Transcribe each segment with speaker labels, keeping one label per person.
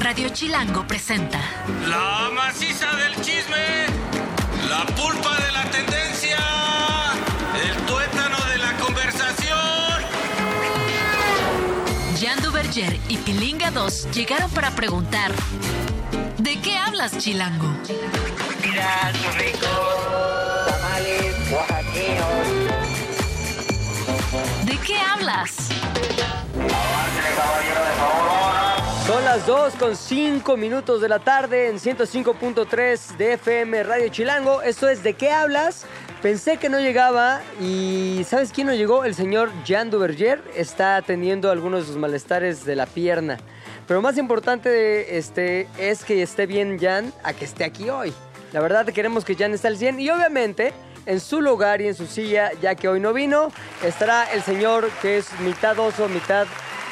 Speaker 1: Radio Chilango presenta
Speaker 2: La maciza del chisme, la pulpa de la tendencia, el tuétano de la conversación.
Speaker 1: Yandu Berger y Pilinga 2 llegaron para preguntar ¿De qué hablas, Chilango?
Speaker 3: Churrascos ricos, tamales oaxaqueños.
Speaker 1: ¿De qué hablas?
Speaker 3: Avance, caballero, de favor, vámonos.
Speaker 4: Son las 2 con 5 minutos de la tarde en 105.3 de FM Radio Chilango. Esto es ¿De qué hablas? Pensé que no llegaba y ¿sabes quién no llegó? El señor Jean Duverger está atendiendo algunos de sus malestares de la pierna. Pero más importante este, es que esté bien Jan a que esté aquí hoy. La verdad queremos que Jan esté al 100 y obviamente en su lugar y en su silla, ya que hoy no vino, estará el señor que es mitad oso, mitad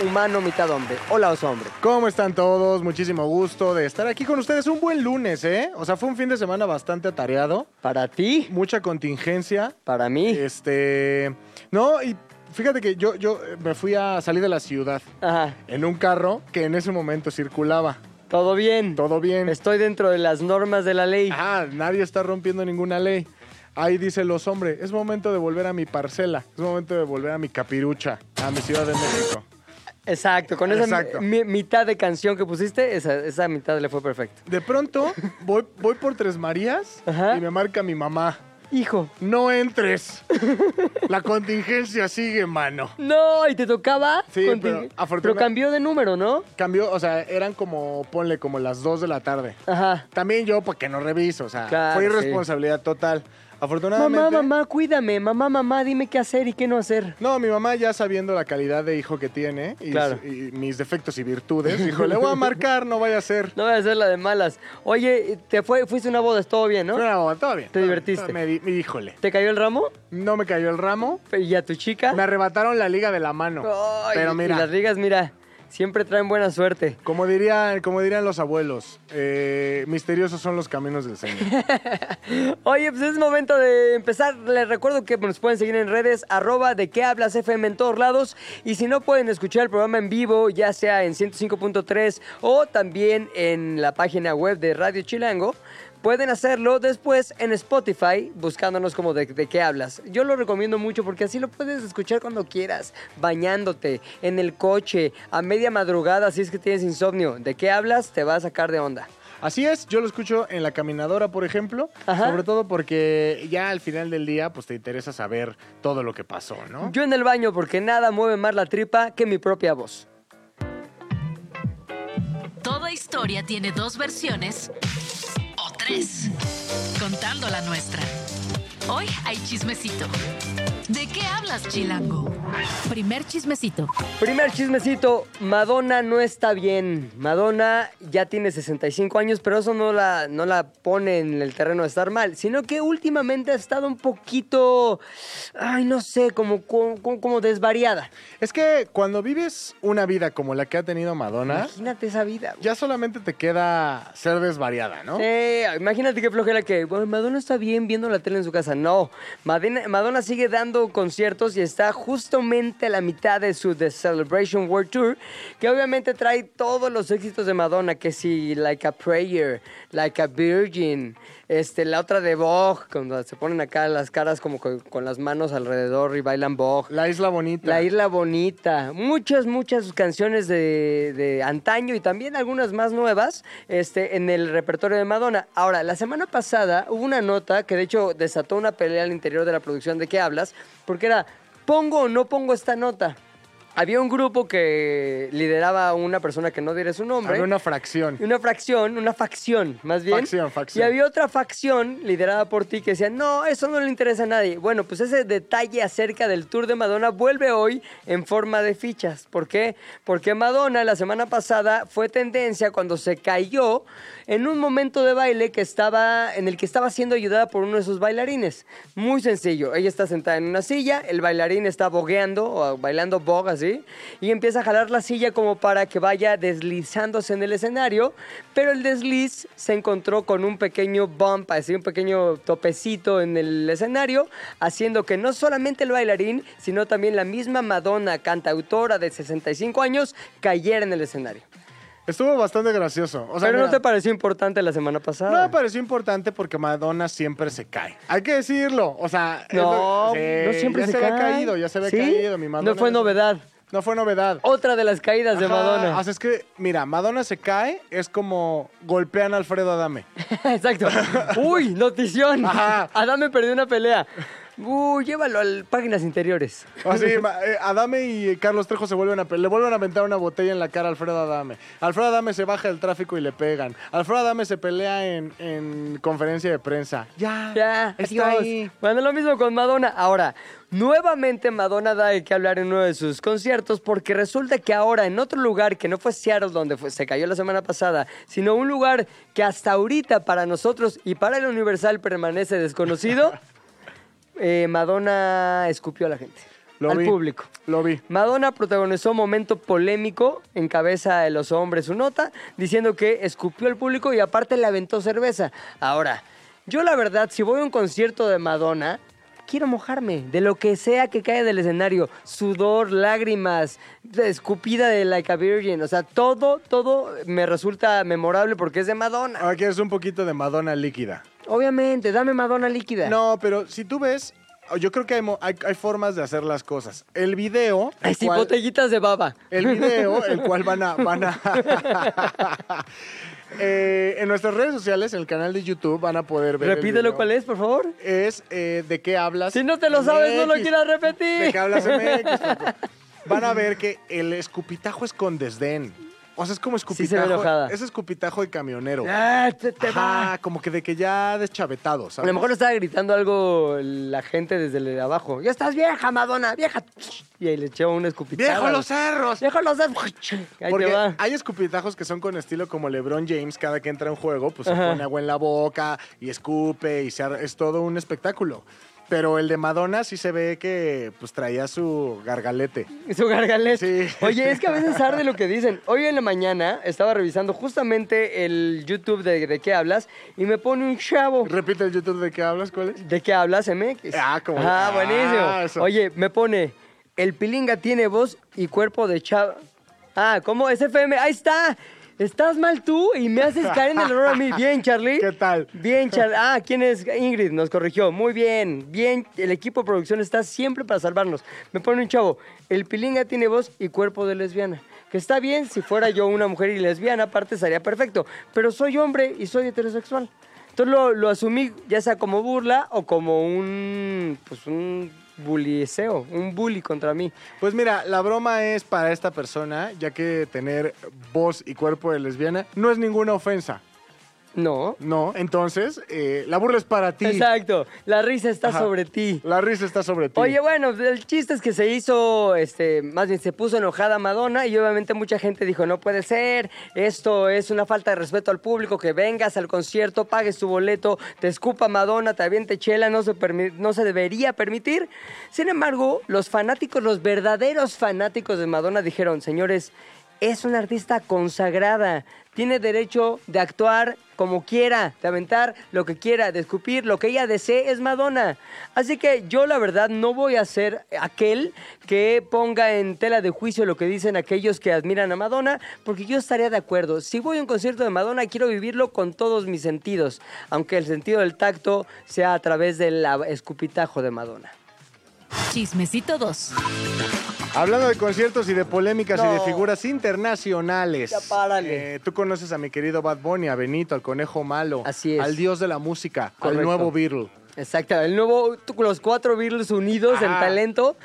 Speaker 4: humano, mitad hombre. Hola oso hombre.
Speaker 5: ¿Cómo están todos? Muchísimo gusto de estar aquí con ustedes. Un buen lunes, ¿eh? O sea, fue un fin de semana bastante atareado,
Speaker 4: Para ti,
Speaker 5: mucha contingencia.
Speaker 4: para mí.
Speaker 5: Este. No, y fíjate que yo, yo eh, me fui a salir de la ciudad
Speaker 4: Ajá.
Speaker 5: en un carro que en ese momento circulaba.
Speaker 4: Todo bien.
Speaker 5: Todo bien.
Speaker 4: Estoy dentro de las normas de la ley.
Speaker 5: Ah, nadie está rompiendo ninguna ley. Ahí dice los hombres, es momento de volver a mi parcela, es momento de volver a mi capirucha, a mi Ciudad de México.
Speaker 4: Exacto, con esa
Speaker 5: Exacto.
Speaker 4: mi- mitad de canción que pusiste, esa, esa mitad le fue perfecto.
Speaker 5: De pronto voy, voy por Tres Marías
Speaker 4: Ajá.
Speaker 5: y me marca mi mamá.
Speaker 4: Hijo.
Speaker 5: No entres. La contingencia sigue, mano.
Speaker 4: No, y te tocaba.
Speaker 5: Sí,
Speaker 4: Contin-
Speaker 5: pero afortuna-
Speaker 4: Pero cambió de número, ¿no?
Speaker 5: Cambió, o sea, eran como, ponle, como las 2 de la tarde.
Speaker 4: Ajá.
Speaker 5: También yo, porque no reviso, o sea,
Speaker 4: Claro,
Speaker 5: fue
Speaker 4: sí.
Speaker 5: irresponsabilidad total. Afortunadamente.
Speaker 4: Mamá, mamá, cuídame. Mamá, mamá, dime qué hacer y qué no hacer.
Speaker 5: No, mi mamá ya sabiendo la calidad de hijo que tiene y,
Speaker 4: Claro.
Speaker 5: y mis defectos y virtudes, dijo, le voy a marcar, no vaya a ser.
Speaker 4: No voy a hacer la de malas. Oye, te fue, fuiste a una boda, todo bien, ¿no?
Speaker 5: Pero, todo bien.
Speaker 4: Te
Speaker 5: todo bien,
Speaker 4: divertiste.
Speaker 5: todo- me di- me- híjole,
Speaker 4: ¿Te cayó el ramo?
Speaker 5: no me cayó el ramo,
Speaker 4: ¿Y a tu chica?
Speaker 5: me arrebataron la liga de la mano.
Speaker 4: Ay,
Speaker 5: pero
Speaker 4: Y
Speaker 5: mira,
Speaker 4: las ligas, mira, siempre traen buena suerte.
Speaker 5: como, dirían, como dirían los abuelos, eh, misteriosos son los caminos del Señor.
Speaker 4: Oye, pues es momento de empezar. Les recuerdo que nos pueden seguir en redes arroba de qué hablas FM en todos lados. Y si no pueden escuchar el programa en vivo, ya sea en 105.3 o también en la página web de Radio Chilango, pueden hacerlo después en Spotify buscándonos como de, de qué hablas. Yo lo recomiendo mucho porque así lo puedes escuchar cuando quieras, bañándote, en el coche, a media madrugada, si es que tienes insomnio. ¿De qué hablas? Te va a sacar de onda.
Speaker 5: Así es, yo lo escucho en la caminadora, por ejemplo,
Speaker 4: Ajá.
Speaker 5: sobre todo porque ya al final del día, pues te interesa saber todo lo que pasó, ¿no?
Speaker 4: Yo en el baño porque nada mueve más la tripa que mi propia voz.
Speaker 1: Toda historia tiene dos versiones o tres, contando la nuestra. Hoy hay chismecito. ¿De qué hablas, Chilango? Primer chismecito.
Speaker 4: Primer chismecito, Madonna no está bien. Madonna ya tiene 65 años, pero eso no la, no la pone en el terreno de estar mal, sino que últimamente ha estado un poquito, ay, no sé, como, como, como desvariada.
Speaker 5: Es que cuando vives una vida como la que ha tenido Madonna,
Speaker 4: Imagínate esa vida. güey.
Speaker 5: ya solamente te queda ser desvariada, ¿no?
Speaker 4: Eh, imagínate qué flojera que bueno, Madonna está bien viendo la tele en su casa. No, Madonna, Madonna sigue dando conciertos y está justamente a la mitad de su The Celebration World Tour, que obviamente trae todos los éxitos de Madonna, que si Like a Prayer, Like a Virgin, este, la otra de Vogue, cuando se ponen acá las caras como con, con las manos alrededor y bailan Vogue.
Speaker 5: La isla bonita.
Speaker 4: La Isla Bonita. Muchas, muchas canciones de, de antaño y también algunas más nuevas este, en el repertorio de Madonna. Ahora, la semana pasada hubo una nota que de hecho desató una pelea al interior de la producción de qué hablas, porque era, ¿pongo o no pongo esta nota? Había un grupo que lideraba a una persona que no diré su nombre.
Speaker 5: Había una fracción.
Speaker 4: Y Una fracción, una facción, más bien.
Speaker 5: Facción, facción.
Speaker 4: Y había otra facción liderada por ti que decía, no, eso no le interesa a nadie. Bueno, pues ese detalle acerca del tour de Madonna vuelve hoy en forma de fichas. ¿Por qué? Porque Madonna la semana pasada fue tendencia cuando se cayó en un momento de baile que estaba, en el que estaba siendo ayudada por uno de sus bailarines. Muy sencillo, ella está sentada en una silla, el bailarín está bogueando o bailando bog así, y empieza a jalar la silla como para que vaya deslizándose en el escenario, pero el desliz se encontró con un pequeño bump, así un pequeño topecito en el escenario, haciendo que no solamente el bailarín, sino también la misma Madonna, cantautora de 65 años, cayera en el escenario.
Speaker 5: Estuvo bastante gracioso. O sea,
Speaker 4: Pero no
Speaker 5: mira,
Speaker 4: te pareció importante la semana
Speaker 5: no
Speaker 4: pasada.
Speaker 5: me pareció importante porque Madonna siempre se cae. Hay que decirlo. O sea, es
Speaker 4: no,
Speaker 5: lo- Sí,
Speaker 4: no siempre
Speaker 5: ya
Speaker 4: se,
Speaker 5: se, había
Speaker 4: cae.
Speaker 5: caído, ya se había
Speaker 4: ¿Sí?
Speaker 5: caído. Mi Madonna
Speaker 4: No fue
Speaker 5: ya se-
Speaker 4: novedad.
Speaker 5: No fue novedad.
Speaker 4: Otra de las caídas de
Speaker 5: Ajá,
Speaker 4: Madonna.
Speaker 5: O sea, es que, mira, Madonna se cae, es como golpean a Alfredo Adame.
Speaker 4: Exacto. Uy, notición.
Speaker 5: Ajá.
Speaker 4: Adame perdió una pelea. Uy, llévalo al páginas interiores.
Speaker 5: Así, ma- eh, Adame y Carlos Trejo se vuelven a pe- le vuelven a aventar una botella en la cara a Alfredo Adame. Alfredo Adame se baja del tráfico y le pegan. Alfredo Adame se pelea en, en conferencia de prensa. Ya,
Speaker 4: Ya,
Speaker 5: Ah, está
Speaker 4: adiós.
Speaker 5: ahí.
Speaker 4: Bueno, lo mismo con Madonna. Ahora, nuevamente Madonna da de qué hablar en uno de sus conciertos porque resulta que ahora en otro lugar que no fue Seattle donde fue- se cayó la semana pasada, sino un lugar que hasta ahorita para nosotros y para el Universal permanece desconocido, eh, Madonna escupió a la gente,
Speaker 5: Lo
Speaker 4: al
Speaker 5: vi.
Speaker 4: público.
Speaker 5: Lo vi.
Speaker 4: Madonna protagonizó un momento polémico en cabeza de los hombres su nota, diciendo que escupió al público y aparte le aventó cerveza. Ahora, yo la verdad, si voy a un concierto de Madonna, quiero mojarme de lo que sea que cae del escenario. Sudor, lágrimas, escupida de Like a Virgin. O sea, todo, todo me resulta memorable porque es de Madonna.
Speaker 5: Aquí es un poquito de Madonna líquida.
Speaker 4: Obviamente, dame Madonna líquida.
Speaker 5: No, pero si tú ves, yo creo que hay, mo- hay- hay formas de hacer las cosas. El video. el
Speaker 4: Ay, sí,
Speaker 5: cual-
Speaker 4: botellitas de baba.
Speaker 5: el video, el cual van a... Van a Eh, en nuestras redes sociales, en el canal de YouTube, van a poder ver el
Speaker 4: Repítelo
Speaker 5: video.
Speaker 4: cuál es, por favor.
Speaker 5: Es eh, de qué hablas.
Speaker 4: Si no te lo sabes, no lo
Speaker 5: MX.
Speaker 4: quieras repetir.
Speaker 5: De qué hablas MX. Paco. Van a ver que el escupitajo es con desdén. O sea, es como
Speaker 4: se ve
Speaker 5: escupitajo.
Speaker 4: enojada.
Speaker 5: es escupitajo de camionero.
Speaker 4: Ah, te- te va.
Speaker 5: Ajá, como que de que ya deschavetados.
Speaker 4: A lo mejor le estaba gritando algo la gente desde el de abajo. ¡Ya estás vieja, Madonna! ¡Vieja! Y ahí le echó una escupitada.
Speaker 5: ¡Viejo los cerros!
Speaker 4: ¡Viejo los cerdos! Ahí te
Speaker 5: Porque
Speaker 4: va.
Speaker 5: hay escupitajos que son con estilo como LeBron James, cada que entra a un juego, pues se pone agua en la boca y escupe y se ar- es todo un espectáculo. Pero el de Madonna sí se ve que pues traía su gargalete.
Speaker 4: Su gargalés.
Speaker 5: Sí.
Speaker 4: Oye, es que a veces arde lo que dicen. Hoy en la mañana estaba revisando justamente el YouTube de, de qué hablas y me pone un chavo.
Speaker 5: Repite el YouTube de qué hablas, ¿cuál es?
Speaker 4: ¿De qué hablas, MX?
Speaker 5: Ah, como-
Speaker 4: Ah,
Speaker 5: ah,
Speaker 4: buenísimo.
Speaker 5: eso.
Speaker 4: Oye, me pone, el pilinga tiene voz y cuerpo de chava. Ah, ¿cómo? Es FM, ahí está. Estás mal tú y me haces caer en el error a mí. Bien, Charlie.
Speaker 5: ¿Qué tal?
Speaker 4: Bien, Charlie. Ah, ¿quién es? Ingrid nos corrigió. Muy bien. Bien, el equipo de producción está siempre para salvarnos. Me pone un chavo, el pilinga tiene voz y cuerpo de lesbiana. Que está bien, si fuera yo una mujer y lesbiana, aparte estaría perfecto. Pero soy hombre y soy heterosexual. Entonces lo, lo asumí ya sea como burla o como un, pues un buliseo, un bully contra mí.
Speaker 5: Pues mira, la broma es para esta persona, ya que tener voz y cuerpo de lesbiana no es ninguna ofensa.
Speaker 4: No.
Speaker 5: No, entonces, eh, la burla es para ti.
Speaker 4: Exacto. La risa está
Speaker 5: Ajá.
Speaker 4: sobre ti.
Speaker 5: La risa está sobre ti.
Speaker 4: Oye, bueno, el chiste es que se hizo, este, más bien se puso enojada Madonna y obviamente mucha gente dijo, no puede ser, esto es una falta de respeto al público, que vengas al concierto, pagues tu boleto, te escupa Madonna, te aviente chela, no se, permi- no se debería permitir. Sin embargo, los fanáticos, los verdaderos fanáticos de Madonna dijeron, señores, es una artista consagrada, tiene derecho de actuar como quiera, de aventar lo que quiera, de escupir lo que ella desee, es Madonna. Así que yo la verdad no voy a ser aquel que ponga en tela de juicio lo que dicen aquellos que admiran a Madonna, porque yo estaría de acuerdo. Si voy a un concierto de Madonna, quiero vivirlo con todos mis sentidos, aunque el sentido del tacto sea a través del ah, escupitajo de Madonna.
Speaker 1: Chismecito 2.
Speaker 5: Hablando de conciertos y de polémicas y de
Speaker 4: No.
Speaker 5: figuras internacionales.
Speaker 4: Ya párale.
Speaker 5: eh, tú conoces a mi querido Bad Bunny, a Benito, al conejo malo.
Speaker 4: Así es.
Speaker 5: Al dios de la música,
Speaker 4: Correcto.
Speaker 5: al nuevo Beatle.
Speaker 4: Exacto, el nuevo, los cuatro Beatles unidos en
Speaker 5: Ajá.
Speaker 4: talento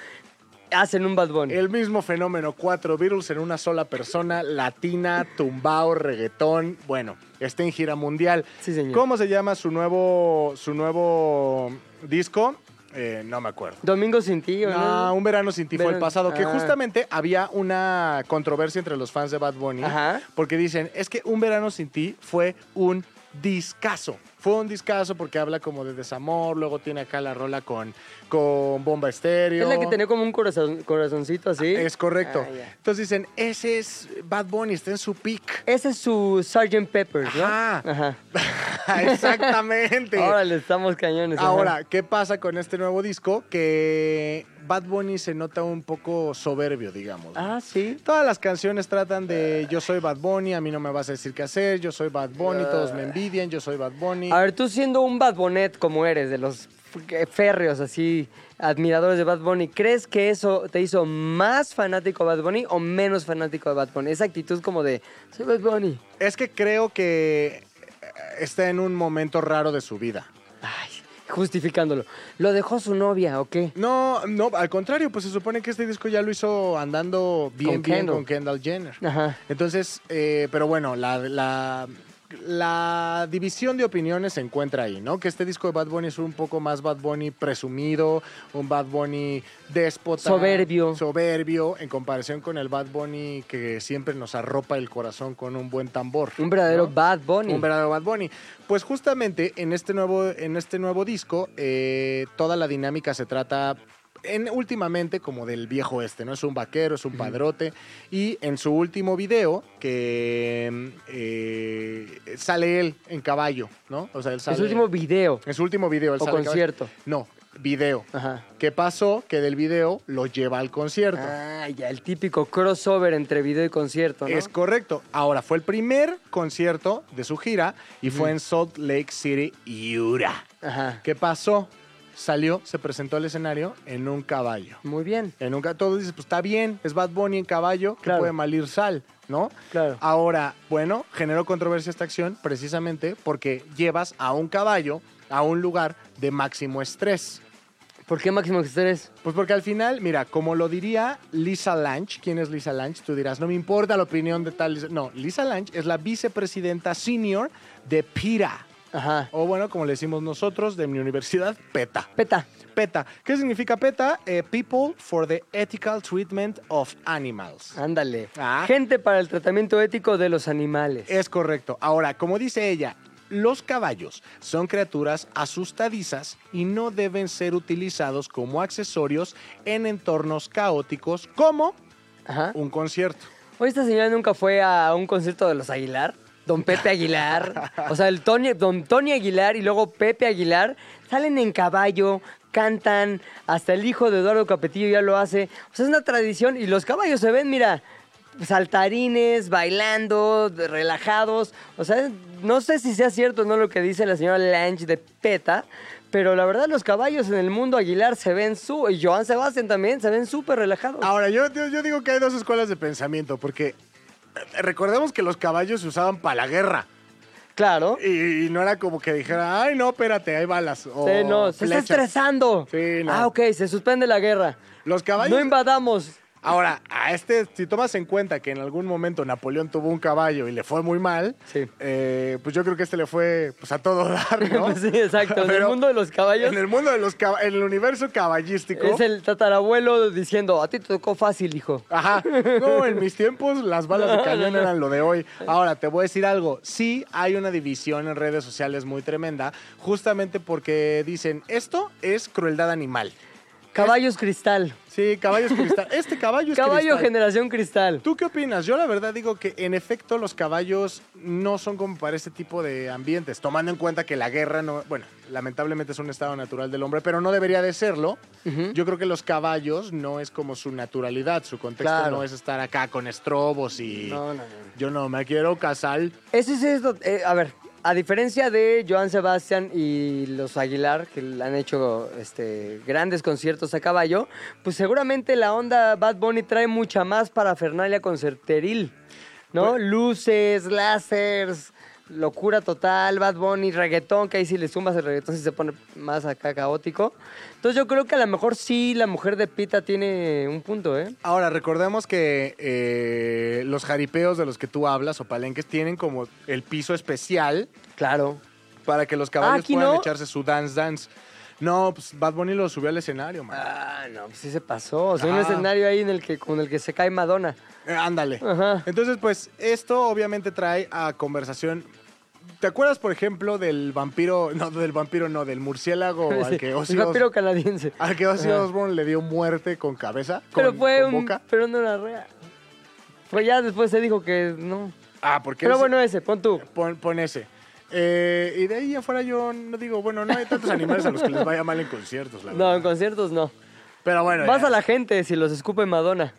Speaker 4: hacen un Bad Bunny.
Speaker 5: El mismo fenómeno, cuatro Beatles en una sola persona, latina, tumbao, reggaetón. Bueno, está en gira mundial.
Speaker 4: Sí, señor.
Speaker 5: ¿Cómo se llama su nuevo, su nuevo disco? Eh, no me acuerdo.
Speaker 4: Domingo sin ti, ¿o
Speaker 5: No, Ah, un verano sin ti fue el
Speaker 4: Verano-
Speaker 5: pasado, que
Speaker 4: Ah.
Speaker 5: justamente había una controversia entre los fans de Bad Bunny,
Speaker 4: Ajá.
Speaker 5: porque dicen, es que un verano sin ti fue un discazo. Fue un discazo porque habla como de desamor, luego tiene acá la rola con, con bomba estéreo.
Speaker 4: Es la que tenía como un corazon- corazoncito así.
Speaker 5: Es correcto.
Speaker 4: Ah, ya.
Speaker 5: Entonces dicen, ese es Bad Bunny, está en su peak.
Speaker 4: Ese es su Sgt. Pepper, ¿no?
Speaker 5: Ajá.
Speaker 4: Ajá.
Speaker 5: Exactamente.
Speaker 4: Ahora le estamos cañones. pues, ajá.
Speaker 5: Ahora, ¿qué pasa con este nuevo disco? Que Bad Bunny se nota un poco soberbio, digamos. ¿no?
Speaker 4: Ah, sí.
Speaker 5: Todas las canciones tratan de yo soy Bad Bunny, a mí no me vas a decir qué hacer, yo soy Bad Bunny, todos me envidian, yo soy Bad Bunny.
Speaker 4: A ver, tú siendo un Bad Bonet como eres, de los eh, férreos así, admiradores de Bad Bunny, ¿crees que eso te hizo más fanático de Bad Bunny o menos fanático de Bad Bunny? Esa actitud como de, soy Bad Bunny.
Speaker 5: Es que creo que eh, está en un momento raro de su vida.
Speaker 4: Ay, justificándolo. ¿Lo dejó su novia o qué?
Speaker 5: No, no, al contrario, pues se supone que este disco ya lo hizo andando bien,
Speaker 4: Con
Speaker 5: bien
Speaker 4: Kendall.
Speaker 5: con Kendall Jenner.
Speaker 4: Ajá.
Speaker 5: Entonces, eh, pero bueno, la, la, la división de opiniones se encuentra ahí, ¿no? Que este disco de Bad Bunny es un poco más Bad Bunny presumido, un Bad Bunny déspota.
Speaker 4: Soberbio.
Speaker 5: Soberbio, en comparación con el Bad Bunny que siempre nos arropa el corazón con un buen tambor.
Speaker 4: Un verdadero
Speaker 5: ¿no?
Speaker 4: Bad Bunny.
Speaker 5: Un verdadero Bad Bunny. Pues justamente en este nuevo, en este nuevo disco, eh, toda la dinámica se trata. En, últimamente como del viejo este, ¿no? Es un vaquero, es un padrote. Y en su último video, que eh, sale él en caballo, ¿no? O sea, él
Speaker 4: Es
Speaker 5: sale...
Speaker 4: su último video.
Speaker 5: en su último video. él
Speaker 4: O
Speaker 5: sale en caballo.
Speaker 4: concierto.
Speaker 5: No, video.
Speaker 4: Ajá.
Speaker 5: ¿Qué pasó? Que del video lo lleva al concierto.
Speaker 4: Ah, ya, el típico crossover entre video y concierto, ¿no?
Speaker 5: Es correcto. Ahora, fue el primer concierto de su gira y fue en Salt Lake City, Utah.
Speaker 4: Ajá.
Speaker 5: ¿Qué pasó? Salió, se presentó al escenario en un caballo.
Speaker 4: Muy bien.
Speaker 5: En un ca- todo dice, pues está bien, es Bad Bunny en caballo, que
Speaker 4: Claro.
Speaker 5: puede malir sal, ¿no?
Speaker 4: Claro.
Speaker 5: Ahora, bueno, generó controversia esta acción precisamente porque llevas a un caballo a un lugar de máximo estrés.
Speaker 4: ¿Por qué Máximo Exteriores?
Speaker 5: Pues porque al final, mira, como lo diría Lisa Lange, ¿quién es Lisa Lange? Tú dirás, no me importa la opinión de tal. Lisa". No, Lisa Lange es la vicepresidenta senior de PIRA.
Speaker 4: Ajá.
Speaker 5: O bueno, como le decimos nosotros, de mi universidad, PETA.
Speaker 4: Peta.
Speaker 5: PETA. ¿Qué significa PETA? Eh, People for the Ethical Treatment of Animals.
Speaker 4: Ándale.
Speaker 5: Ah.
Speaker 4: Gente para el tratamiento ético de los animales.
Speaker 5: Es correcto. Ahora, como dice ella, los caballos son criaturas asustadizas y no deben ser utilizados como accesorios en entornos caóticos como
Speaker 4: Ajá.
Speaker 5: un concierto.
Speaker 4: Oye, esta señora nunca fue a un concierto de los Aguilar. Don Pepe Aguilar. O sea, el Tony, Don Tony Aguilar y luego Pepe Aguilar salen en caballo, cantan. Hasta el hijo de Eduardo Capetillo ya lo hace. O sea, es una tradición. Y los caballos se ven, mira, saltarines, bailando, de- relajados. O sea, no sé si sea cierto o no lo que dice la señora Lange de PETA. Pero la verdad, los caballos en el mundo Aguilar se ven su. Y Joan Sebastián también se ven súper relajados.
Speaker 5: Ahora, yo, yo- yo digo que hay dos escuelas de pensamiento, porque eh, recordemos que los caballos se usaban para la guerra.
Speaker 4: Claro.
Speaker 5: Y, y no era como que dijera, ay, no, espérate, hay balas. o
Speaker 4: Sí, no, Oh, se
Speaker 5: flechas".
Speaker 4: está estresando.
Speaker 5: Sí, no.
Speaker 4: Ah, ok, se suspende la guerra.
Speaker 5: Los caballos.
Speaker 4: No invadamos.
Speaker 5: Ahora, a este, si tomas en cuenta que en algún momento Napoleón tuvo un caballo y le fue muy mal,
Speaker 4: Sí.
Speaker 5: eh, pues yo creo que este le fue pues, a todo dar, ¿no?
Speaker 4: Pues sí, exacto. En el mundo de los caballos-
Speaker 5: En el mundo de los caballos, en el universo caballístico.
Speaker 4: Es el tatarabuelo diciendo, a ti te tocó fácil, hijo.
Speaker 5: Ajá. No, en mis tiempos las balas de cañón eran lo de hoy. Ahora, te voy a decir algo. Sí hay una división en redes sociales muy tremenda, justamente porque dicen, esto es crueldad animal.
Speaker 4: Caballos cristal.
Speaker 5: Sí, caballos cristal. Este caballo es
Speaker 4: Caballo
Speaker 5: cristal.
Speaker 4: generación cristal.
Speaker 5: ¿Tú qué opinas? Yo la verdad digo que en efecto los caballos no son como para este tipo de ambientes, tomando en cuenta que la guerra no, bueno, lamentablemente es un estado natural del hombre, pero no debería de serlo. Yo creo que los caballos no es como su naturalidad, su contexto
Speaker 4: Claro.
Speaker 5: no es estar acá con estrobos y
Speaker 4: No, no, no.
Speaker 5: yo no me quiero casar.
Speaker 4: Eso sí es lo- eh, a ver, a diferencia de Joan Sebastián y los Aguilar, que le han hecho este, grandes conciertos a caballo, pues seguramente la onda Bad Bunny trae mucha más para Fernalia concerteril, ¿no? Luces, lásers, locura total, Bad Bunny, reggaetón, que ahí si le sumas el reggaetón sí se pone más acá caótico. Entonces yo creo que a lo mejor sí la mujer de Pita tiene un punto, ¿eh?
Speaker 5: Ahora, recordemos que eh, los jaripeos de los que tú hablas o palenques tienen como el piso especial
Speaker 4: Claro.
Speaker 5: para que los caballos
Speaker 4: Ah, ¿aquí
Speaker 5: puedan
Speaker 4: no?
Speaker 5: echarse su dance dance. No, pues Bad Bunny lo subió al escenario, man.
Speaker 4: Ah, no, pues sí se pasó. O sea, un
Speaker 5: Ah.
Speaker 4: escenario ahí en el que, con el que se cae Madonna.
Speaker 5: Eh, ándale.
Speaker 4: Ajá.
Speaker 5: Entonces, pues, esto obviamente trae a conversación. ¿Te acuerdas, por ejemplo, del vampiro? No, del vampiro, no, del murciélago al que Ozzy
Speaker 4: un
Speaker 5: Os-
Speaker 4: vampiro "Pues canadiense.
Speaker 5: al que Ozzy
Speaker 4: Ajá.
Speaker 5: Osbourne le dio muerte con cabeza.
Speaker 4: pero
Speaker 5: con-
Speaker 4: fue
Speaker 5: con
Speaker 4: un.
Speaker 5: boca.
Speaker 4: Pero no era real. Pues ya después se dijo que no.
Speaker 5: Ah, porque.
Speaker 4: Pero
Speaker 5: ese-
Speaker 4: bueno, ese, pon tú.
Speaker 5: Pon, pon ese. Eh, y de ahí afuera yo no digo, bueno, no hay tantos animales a los que les vaya mal en conciertos, la verdad.
Speaker 4: No, en conciertos no.
Speaker 5: Pero bueno.
Speaker 4: Vas
Speaker 5: ya.
Speaker 4: a la gente si los escupe Madonna.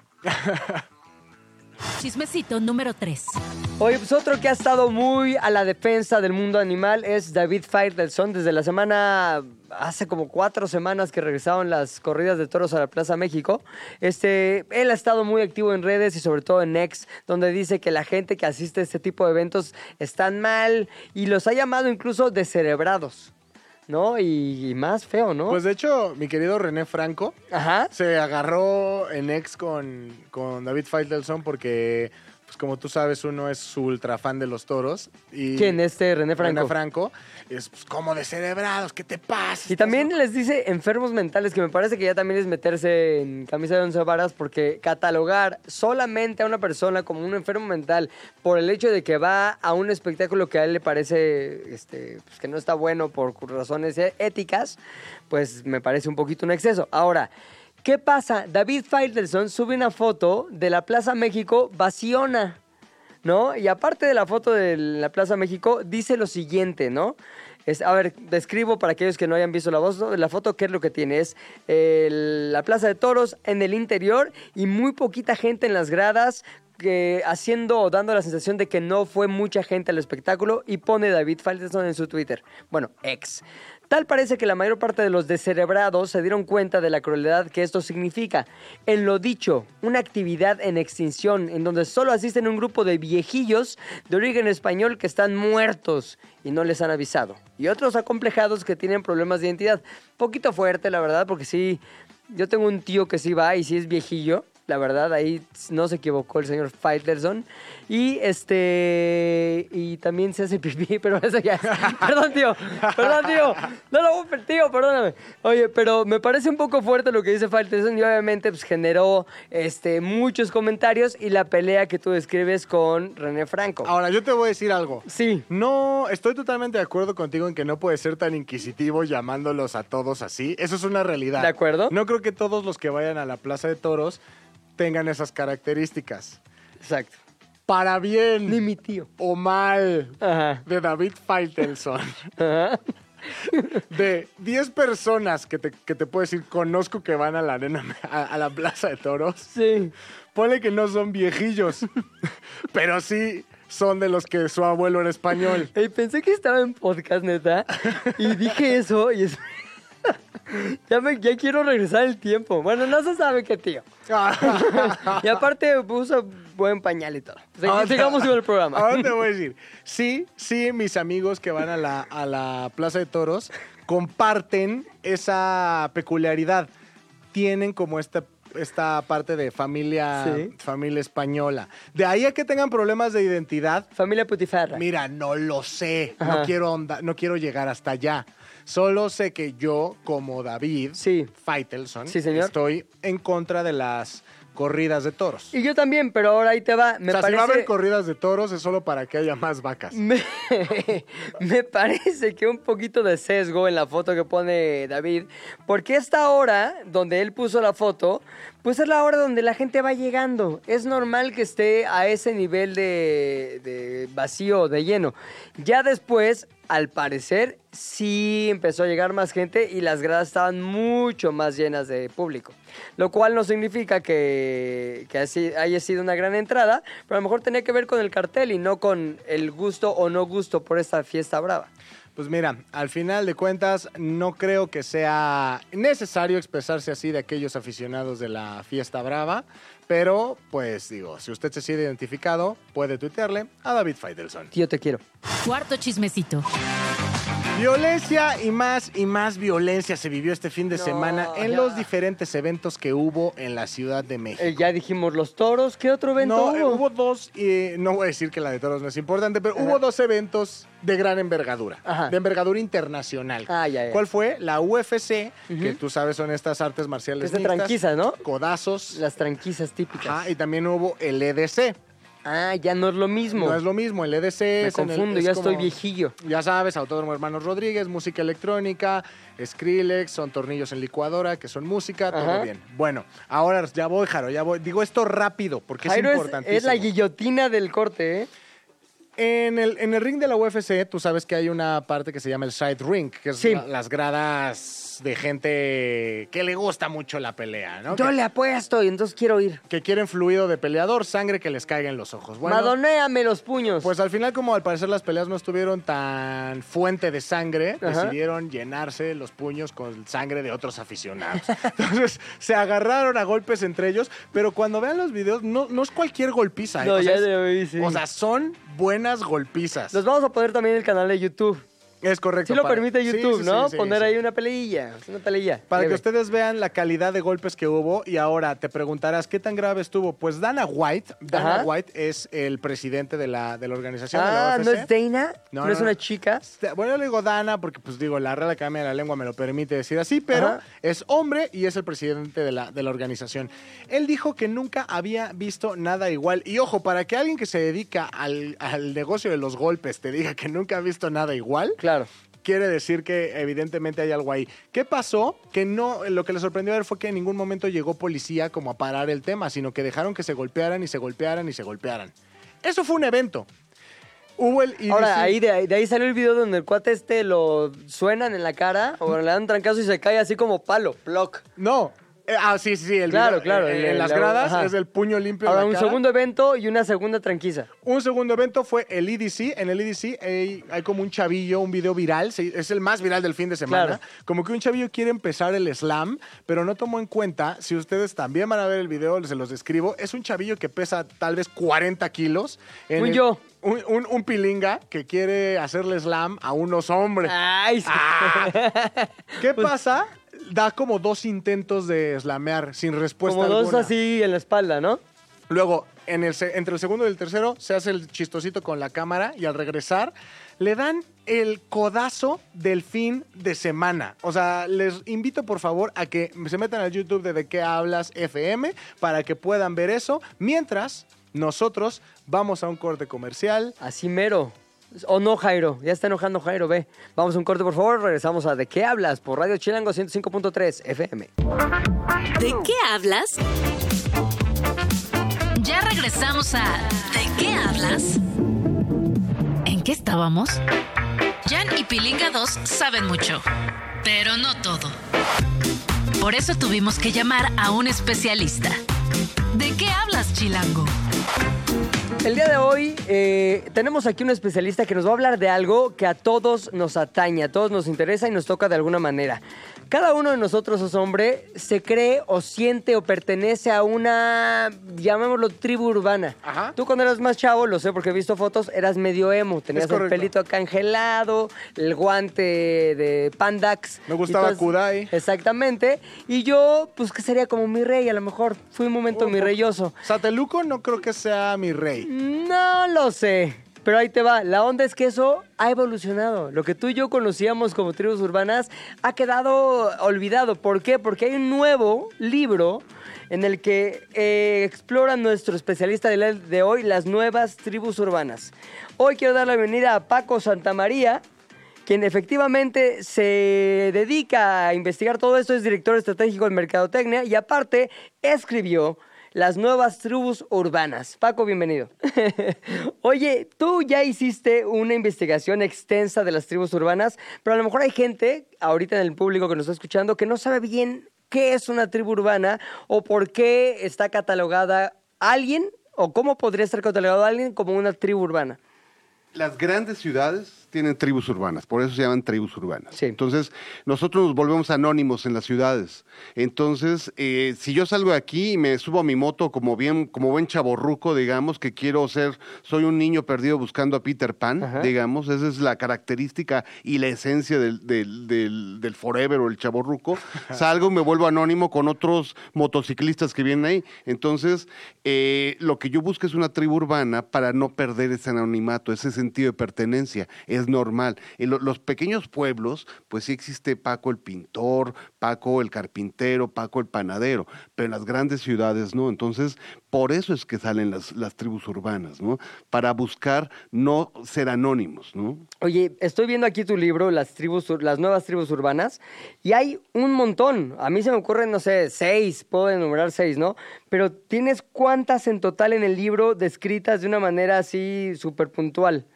Speaker 1: Chismecito número 3.
Speaker 4: Oye, pues otro que ha estado muy a la defensa del mundo animal es David Faitelson. Desde la semana, hace como cuatro semanas que regresaron las corridas de toros a la Plaza México, este, él ha estado muy activo en redes y sobre todo en X, donde dice que la gente que asiste a este tipo de eventos están mal y los ha llamado incluso descerebrados, ¿no? Y, y más feo, ¿no?
Speaker 5: Pues de hecho, mi querido René Franco
Speaker 4: Ajá.
Speaker 5: se agarró en ex con, con David Faitelson porque, pues como tú sabes, uno es su ultra fan de los toros. Y
Speaker 4: ¿Quién? Este René Franco.
Speaker 5: René Franco. Es pues, como descerebrados, ¿qué te pasa?
Speaker 4: Y también les dice enfermos mentales, que me parece que ya también es meterse en camisa de once varas, porque catalogar solamente a una persona como un enfermo mental por el hecho de que va a un espectáculo que a él le parece este, pues, que no está bueno por razones e- éticas, pues me parece un poquito un exceso. Ahora, ¿qué pasa? David Faitelson sube una foto de la Plaza México vaciona. ¿no? Y aparte de la foto de la Plaza México, dice lo siguiente, ¿no? Es, a ver, describo para aquellos que no hayan visto la, voz- la foto, ¿qué es lo que tiene? Es eh, la Plaza de Toros en el interior y muy poquita gente en las gradas, que haciendo o dando la sensación de que no fue mucha gente al espectáculo y pone David Faitelson en su Twitter. Bueno, ex. Tal parece que la mayor parte de los descerebrados se dieron cuenta de la crueldad que esto significa. En lo dicho, una actividad en extinción en donde solo asisten un grupo de viejillos de origen español que están muertos y no les han avisado. Y otros acomplejados que tienen problemas de identidad. Poquito fuerte, la verdad, porque sí, yo tengo un tío que sí va y sí es viejillo. La verdad, ahí no se equivocó el señor Faitelson. Y este. Y también se hace pipí, pero eso ya. es- Perdón, tío. Perdón, tío. No lo voy a- tío, perdóname. Oye, pero me parece un poco fuerte lo que dice Faitelson. Y obviamente, pues generó este, muchos comentarios y la pelea que tú describes con René Franco.
Speaker 5: Ahora, yo te voy a decir algo.
Speaker 4: Sí.
Speaker 5: No, estoy totalmente de acuerdo contigo en que no puede ser tan inquisitivo llamándolos a todos así. Eso es una realidad.
Speaker 4: ¿De acuerdo?
Speaker 5: No creo que todos los que vayan a la Plaza de Toros tengan esas características.
Speaker 4: Exacto.
Speaker 5: Para bien
Speaker 4: Ni mi tío.
Speaker 5: o mal
Speaker 4: Ajá.
Speaker 5: de David Faitelson.
Speaker 4: Ajá.
Speaker 5: De 10 personas que te, que te puedo decir, conozco que van a la arena, a, a la Plaza de Toros.
Speaker 4: Sí.
Speaker 5: Ponle que no son viejillos, pero sí son de los que su abuelo era español.
Speaker 4: Ey, Eh, pensé que estaba en podcast, neta. Y dije eso y es... ya, me- ya quiero regresar el tiempo. Bueno, no se sabe qué tío. Y aparte usa buen pañal y todo. O sea,
Speaker 5: Ahora te-
Speaker 4: sigamos con el
Speaker 5: Ahora te
Speaker 4: programa.
Speaker 5: voy a decir, sí, sí, mis amigos que van a la, a la Plaza de Toros comparten esa peculiaridad. Tienen como esta, esta parte de familia,
Speaker 4: Sí.
Speaker 5: familia española. De ahí a que tengan problemas de identidad,
Speaker 4: Familia Putifarra.
Speaker 5: mira, no lo sé.
Speaker 4: Ajá.
Speaker 5: No quiero, onda- no quiero llegar hasta allá. Solo sé que yo, como David
Speaker 4: Sí.
Speaker 5: Faitelson,
Speaker 4: Sí, señor.
Speaker 5: estoy en contra de las corridas de toros.
Speaker 4: Y yo también, pero ahora ahí te va. Me
Speaker 5: o sea, si
Speaker 4: parece... Mm.
Speaker 5: va a haber corridas de toros es solo para que haya más vacas.
Speaker 4: Me, me parece que un poquito de sesgo en la foto que pone David, porque esta hora donde él puso la foto, pues es la hora donde la gente va llegando. Es normal que esté a ese nivel de, de vacío, de lleno. Ya después, al parecer, sí empezó a llegar más gente y las gradas estaban mucho más llenas de público. Lo cual no significa que, que así haya sido una gran entrada, pero a lo mejor tenía que ver con el cartel y no con el gusto o no gusto por esta fiesta brava.
Speaker 5: Pues mira, al final de cuentas, no creo que sea necesario expresarse así de aquellos aficionados de la fiesta brava, pero pues digo, si usted se siente identificado, puede tuitearle a David Faitelson.
Speaker 4: Tío, te quiero.
Speaker 1: Cuarto chismecito.
Speaker 5: Violencia y más y más violencia se vivió este fin de
Speaker 4: No,
Speaker 5: semana en
Speaker 4: ya.
Speaker 5: los diferentes eventos que hubo en la Ciudad de México.
Speaker 4: Eh, ya dijimos los toros, ¿qué otro evento
Speaker 5: No,
Speaker 4: hubo?
Speaker 5: eh, hubo dos, eh, no voy a decir que la de toros no es importante, pero hubo dos eventos de gran envergadura,
Speaker 4: Ajá.
Speaker 5: de envergadura internacional.
Speaker 4: Ah, ya, ya.
Speaker 5: ¿Cuál fue? La UFC, que tú sabes son estas artes marciales
Speaker 4: Que se
Speaker 5: mixtas,
Speaker 4: tranquiza, ¿no?
Speaker 5: Codazos.
Speaker 4: Las tranquisas típicas.
Speaker 5: Ajá, y también hubo el EDC.
Speaker 4: Ah, ya no es lo mismo.
Speaker 5: No es lo mismo, el EDC
Speaker 4: Me
Speaker 5: es en el-
Speaker 4: confundo,
Speaker 5: es
Speaker 4: ya
Speaker 5: como-
Speaker 4: estoy viejillo.
Speaker 5: Ya sabes, Autódromo Hermanos Rodríguez, música electrónica, Skrillex, son tornillos en licuadora, que son música,
Speaker 4: Ajá.
Speaker 5: todo bien. Bueno, ahora ya voy, Jaro, ya voy. Digo esto rápido, porque
Speaker 4: Jairo
Speaker 5: es
Speaker 4: es, es
Speaker 5: importantísimo.
Speaker 4: la guillotina del corte, ¿eh?
Speaker 5: En el, en el ring de la UFC, tú sabes que hay una parte que se llama el side ring, que es
Speaker 4: Sí.
Speaker 5: la- las gradas de gente que le gusta mucho la pelea, ¿no?
Speaker 4: Yo
Speaker 5: Que,
Speaker 4: le apuesto y entonces quiero ir.
Speaker 5: que quieren fluido de peleador, sangre que les caiga en los ojos. Bueno,
Speaker 4: Madonéame los puños.
Speaker 5: Pues al final, como al parecer las peleas no estuvieron tan fuente de sangre,
Speaker 4: Ajá.
Speaker 5: decidieron llenarse los puños con sangre de otros aficionados. Entonces se agarraron a golpes entre ellos, pero cuando vean los videos, no, no es cualquier golpiza. ¿eh?
Speaker 4: No,
Speaker 5: o, sea,
Speaker 4: ya
Speaker 5: es-
Speaker 4: de hoy, sí.
Speaker 5: o sea, son buenas golpizas.
Speaker 4: los vamos a poner también en el canal de YouTube.
Speaker 5: Es correcto.
Speaker 4: Si lo
Speaker 5: para-
Speaker 4: permite
Speaker 5: Sí,
Speaker 4: YouTube,
Speaker 5: sí,
Speaker 4: ¿no?
Speaker 5: sí, sí,
Speaker 4: Poner
Speaker 5: sí.
Speaker 4: ahí una peleilla. Una peleilla.
Speaker 5: Para que
Speaker 4: Leve.
Speaker 5: ustedes vean la calidad de golpes que hubo y ahora te preguntarás qué tan grave estuvo. Pues Dana White, Dana
Speaker 4: Ajá.
Speaker 5: White es el presidente de la, de la organización de la
Speaker 4: Ah,
Speaker 5: UFC.
Speaker 4: ¿no es Dana?
Speaker 5: No,
Speaker 4: ¿No,
Speaker 5: no,
Speaker 4: es una
Speaker 5: no.
Speaker 4: chica?
Speaker 5: Este, Bueno, yo le digo Dana porque, pues digo, la Real Academia de la Lengua me lo permite decir así, pero
Speaker 4: Ajá.
Speaker 5: es hombre y es el presidente de la, de la organización. Él dijo que nunca había visto nada igual. Y ojo, para que alguien que se dedica al, al negocio de los golpes te diga que nunca ha visto nada igual,
Speaker 4: Claro.
Speaker 5: quiere decir que evidentemente hay algo ahí. ¿Qué pasó? Que no, lo que le sorprendió a él fue que en ningún momento llegó policía como a parar el tema, sino que dejaron que se golpearan y se golpearan y se golpearan. Eso fue un evento. Hubo el y
Speaker 4: Ahora,
Speaker 5: dice-
Speaker 4: ahí de, ahí de ahí salió el video donde el cuate este lo suenan en la cara o le dan un trancazo y se cae así como palo, block.
Speaker 5: No. Eh, ah, sí, sí, sí. El
Speaker 4: Claro,
Speaker 5: video,
Speaker 4: claro,
Speaker 5: eh,
Speaker 4: el-
Speaker 5: en
Speaker 4: el-
Speaker 5: las
Speaker 4: la-
Speaker 5: gradas
Speaker 4: ajá.
Speaker 5: es el puño limpio. en
Speaker 4: Ahora,
Speaker 5: la
Speaker 4: un
Speaker 5: cara.
Speaker 4: segundo evento y una segunda tranquiza.
Speaker 5: Un segundo evento fue el EDC. En el EDC hay, hay como un chavillo, un video viral. se- Es el más viral del fin de semana.
Speaker 4: Claro.
Speaker 5: Como que un chavillo quiere empezar el slam, pero no tomó en cuenta. Si ustedes también van a ver el video, se los describo. Es un chavillo que pesa tal vez 40 kilos. en
Speaker 4: Un
Speaker 5: el-
Speaker 4: yo.
Speaker 5: Un, un- un pilinga que quiere hacerle slam a unos hombres.
Speaker 4: Ay, sí.
Speaker 5: Ah, ¿Qué
Speaker 4: pues
Speaker 5: pasa? Da como dos intentos de slamear sin respuesta
Speaker 4: como dos
Speaker 5: pues alguna.
Speaker 4: así en la espalda, ¿no?
Speaker 5: Luego, en el, se- entre el segundo y el tercero, se hace el chistosito con la cámara y al regresar le dan el codazo del fin de semana. O sea, les invito por favor a que se metan al YouTube de De qué hablas FM para que puedan ver eso. Mientras, nosotros vamos a un corte comercial.
Speaker 4: Así mero. O no, Jairo. Ya está enojando Jairo, ve. Vamos a un corte, por favor. Regresamos a ¿De qué hablas? Por Radio Chilango 105.3 FM.
Speaker 6: ¿De qué hablas?
Speaker 1: Ya regresamos a ¿De qué hablas? ¿En qué estábamos? Jan y Pilinga 2 saben mucho, pero no todo. Por eso tuvimos que llamar a un especialista. ¿De qué hablas, Chilango?
Speaker 4: El día de hoy eh, tenemos aquí un especialista que nos va a hablar de algo que a todos nos atañe, a todos nos interesa y nos toca de alguna manera. Cada uno de nosotros, os hombre, se cree o siente o pertenece a una, llamémoslo, tribu urbana.
Speaker 5: Ajá.
Speaker 4: Tú cuando eras más chavo, lo sé porque he visto fotos, eras medio emo. Tenías el
Speaker 5: correcto.
Speaker 4: pelito acá angelado, el guante de Pandax.
Speaker 5: Me gustaba
Speaker 4: y todas-
Speaker 5: Kudai.
Speaker 4: Exactamente. Y yo, pues que sería como mi rey, a lo mejor. Fui un momento mi reyoso.
Speaker 5: Sateluco no creo que sea mi rey.
Speaker 4: No lo sé. Pero ahí te va. La onda es que eso ha evolucionado. Lo que tú y yo conocíamos como tribus urbanas ha quedado olvidado. ¿Por qué? Porque hay un nuevo libro en el que eh, explora nuestro especialista de, la- de hoy las nuevas tribus urbanas. Hoy quiero dar la bienvenida a Paco Santamaría, quien efectivamente se dedica a investigar todo esto, es director estratégico en Mercadotecnia y aparte escribió Las nuevas tribus urbanas. Paco, bienvenido. Oye, tú ya hiciste una investigación extensa de las tribus urbanas, pero a lo mejor hay gente ahorita en el público que nos está escuchando que no sabe bien qué es una tribu urbana o por qué está catalogada alguien o cómo podría estar catalogado alguien como una tribu urbana.
Speaker 7: Las grandes ciudades tienen tribus urbanas, por eso se llaman tribus urbanas.
Speaker 4: Sí.
Speaker 7: Entonces, nosotros nos volvemos anónimos en las ciudades. Entonces, eh, si yo salgo de aquí y me subo a mi moto como bien, como buen chaborruco, digamos, que quiero ser, soy un niño perdido buscando a Peter Pan,
Speaker 4: Ajá.
Speaker 7: digamos, esa es la característica y la esencia del, del- del- del forever o el chaborruco, salgo y me vuelvo anónimo con otros motociclistas que vienen ahí. Entonces, eh, lo que yo busco es una tribu urbana para no perder ese anonimato, ese sentido de pertenencia. Es es normal. En lo- los pequeños pueblos, pues sí existe Paco el pintor, Paco el carpintero, Paco el panadero, pero en las grandes ciudades no. Entonces, por eso es que salen las, las tribus urbanas, ¿no? Para buscar no ser anónimos, ¿no?
Speaker 4: Oye, estoy viendo aquí tu libro, las, tribus, ur- las nuevas tribus urbanas, y hay un montón. A mí se me ocurren, no sé, seis, puedo enumerar seis, ¿no? Pero tienes cuántas en total en el libro descritas de una manera así súper puntual.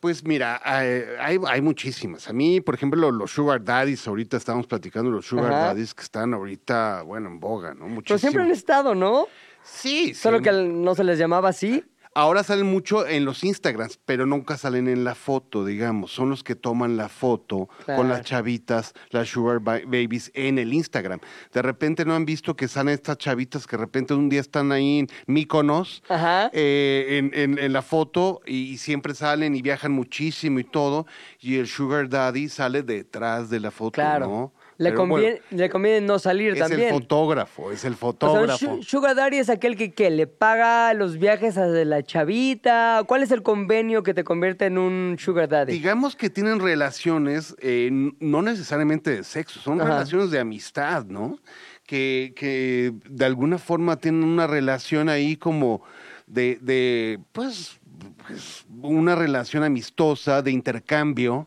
Speaker 7: Pues mira, eh, hay, hay muchísimas. A mí, por ejemplo, los Sugar Daddies, ahorita estamos platicando de los Sugar
Speaker 4: Ajá.
Speaker 7: Daddies que están ahorita, bueno, en boga, ¿no? Muchísimo.
Speaker 4: Pero siempre han estado, ¿no?
Speaker 7: Sí, sí.
Speaker 4: Solo que al- no se les llamaba así.
Speaker 7: Ahora salen mucho en los Instagrams, pero nunca salen en la foto, digamos. Son los que toman la foto
Speaker 4: Claro.
Speaker 7: con las chavitas, las sugar ba- babies en el Instagram. De repente no han visto que salen estas chavitas que de repente un día están ahí en Míconos,
Speaker 4: Ajá.
Speaker 7: eh, en, en- en la foto, y, y siempre salen y viajan muchísimo y todo, y el sugar daddy sale detrás de la foto,
Speaker 4: Claro.
Speaker 7: ¿no?
Speaker 4: Le,
Speaker 7: Pero bueno,
Speaker 4: conviene, le conviene no salir
Speaker 7: es
Speaker 4: también.
Speaker 7: el fotógrafo, es
Speaker 4: O sea,
Speaker 7: el
Speaker 4: un
Speaker 7: fotógrafo.
Speaker 4: su- Sugar Daddy es aquel que, ¿qué? le paga los viajes a de la chavita. ¿Cuál es el convenio que te convierte en un Sugar Daddy?
Speaker 7: Digamos que tienen relaciones, eh, n- no necesariamente de sexo, son
Speaker 4: Ajá.
Speaker 7: relaciones de amistad, ¿no? Que, que de alguna forma tienen una relación ahí como de, de, pues, pues, una relación amistosa, de intercambio.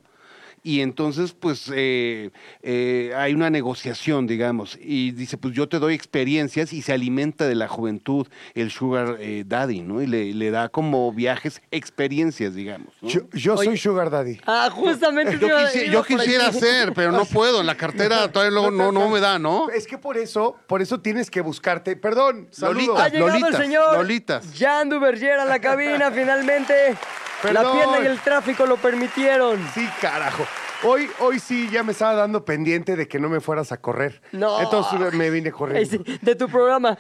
Speaker 7: Y entonces, pues, eh, eh, hay una negociación, digamos, y dice, pues yo te doy experiencias y se alimenta de la juventud el sugar eh, daddy, ¿no? Y le, le da como viajes, experiencias, digamos. ¿no?
Speaker 8: Yo, yo soy Sugar Daddy.
Speaker 4: Ah, justamente.
Speaker 7: Yo,
Speaker 4: te iba-
Speaker 7: quisi-
Speaker 4: iba
Speaker 7: yo
Speaker 4: por ahí.
Speaker 7: quisiera hacer, pero no puedo. La cartera todavía luego no, no me da, ¿no?
Speaker 8: Es que por eso, por eso tienes que buscarte. Perdón, saludos.
Speaker 4: Ha
Speaker 7: Lolita.
Speaker 4: llegado
Speaker 7: Lolitas,
Speaker 4: el señor
Speaker 7: lolitas.
Speaker 4: Jan Duverger a la cabina finalmente. La
Speaker 8: Perdón.
Speaker 4: pierna y el tráfico lo permitieron.
Speaker 8: Sí, carajo. Hoy, hoy sí ya me estaba dando pendiente de que no me fueras a correr.
Speaker 4: No.
Speaker 8: Entonces me vine
Speaker 4: Ay,
Speaker 8: corriendo.
Speaker 4: sí, De tu programa.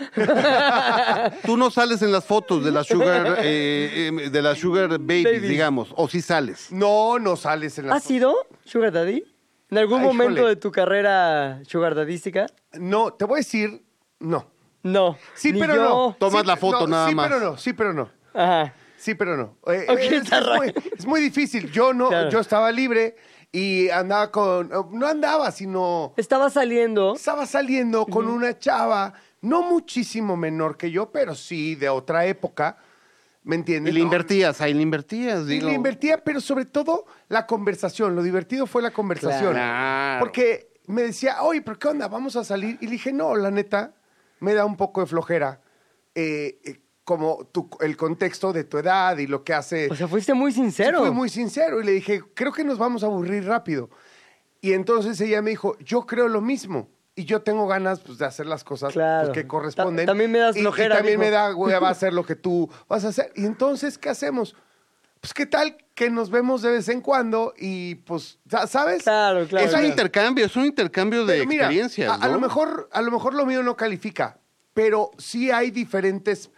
Speaker 7: Tú no sales en las fotos de la Sugar, eh, eh, de la sugar Babies,
Speaker 4: Babies.
Speaker 7: digamos, o sí sales.
Speaker 8: No, no sales en la.
Speaker 4: ¿Has sido Sugar Daddy? ¿En algún
Speaker 8: Ay,
Speaker 4: momento
Speaker 8: híjole.
Speaker 4: de tu carrera Sugar Dadística?
Speaker 8: No, te voy a decir, no.
Speaker 4: No.
Speaker 8: Sí,
Speaker 4: ni
Speaker 8: pero
Speaker 4: yo.
Speaker 8: no.
Speaker 7: Tomas
Speaker 8: Sí,
Speaker 7: la foto
Speaker 8: no,
Speaker 7: nada más.
Speaker 8: Sí, pero no, sí, pero no.
Speaker 4: Ajá.
Speaker 8: Sí, pero no. Eh,
Speaker 4: Ok,
Speaker 8: es,
Speaker 4: está
Speaker 8: es
Speaker 4: raro.
Speaker 8: muy, es muy difícil. Yo no,
Speaker 4: Claro.
Speaker 8: yo estaba libre y andaba con. No andaba, sino.
Speaker 4: Estaba saliendo.
Speaker 8: Estaba saliendo con una chava, no muchísimo menor que yo, pero sí de otra época. ¿Me
Speaker 7: Y
Speaker 8: entiendes?
Speaker 7: le
Speaker 8: No,
Speaker 7: invertías, ahí le invertías,
Speaker 8: Y
Speaker 7: digo.
Speaker 8: le invertía, pero sobre todo la conversación. Lo divertido fue la conversación.
Speaker 7: Claro.
Speaker 8: Porque me decía, oye, pero ¿qué onda? ¿Vamos a salir? Y le dije, no, la neta, me da un poco de flojera. eh, eh, como tu- el contexto de tu edad y lo que hace.
Speaker 4: O sea, fuiste muy
Speaker 8: Sí,
Speaker 4: sincero.
Speaker 8: fui muy sincero y le dije, creo que nos vamos a aburrir rápido. Y entonces ella me dijo, yo creo lo mismo. Y yo tengo ganas pues, de hacer las cosas pues,
Speaker 4: Claro.
Speaker 8: que corresponden.
Speaker 4: Ta- también me das
Speaker 8: Y-
Speaker 4: flojera,
Speaker 8: Y, también
Speaker 4: dijo.
Speaker 8: me da hueva hacer lo que tú vas a hacer. Y entonces, ¿qué hacemos? Pues, ¿qué tal que nos vemos de vez en cuando? Y, pues, ya ¿sabes?
Speaker 4: Claro, claro.
Speaker 7: es un
Speaker 4: claro.
Speaker 7: intercambio, es un intercambio de
Speaker 8: Pero mira,
Speaker 7: experiencias.
Speaker 8: A, a
Speaker 7: ¿no?
Speaker 8: lo mejor, a lo mejor lo mío no califica, pero sí hay diferentes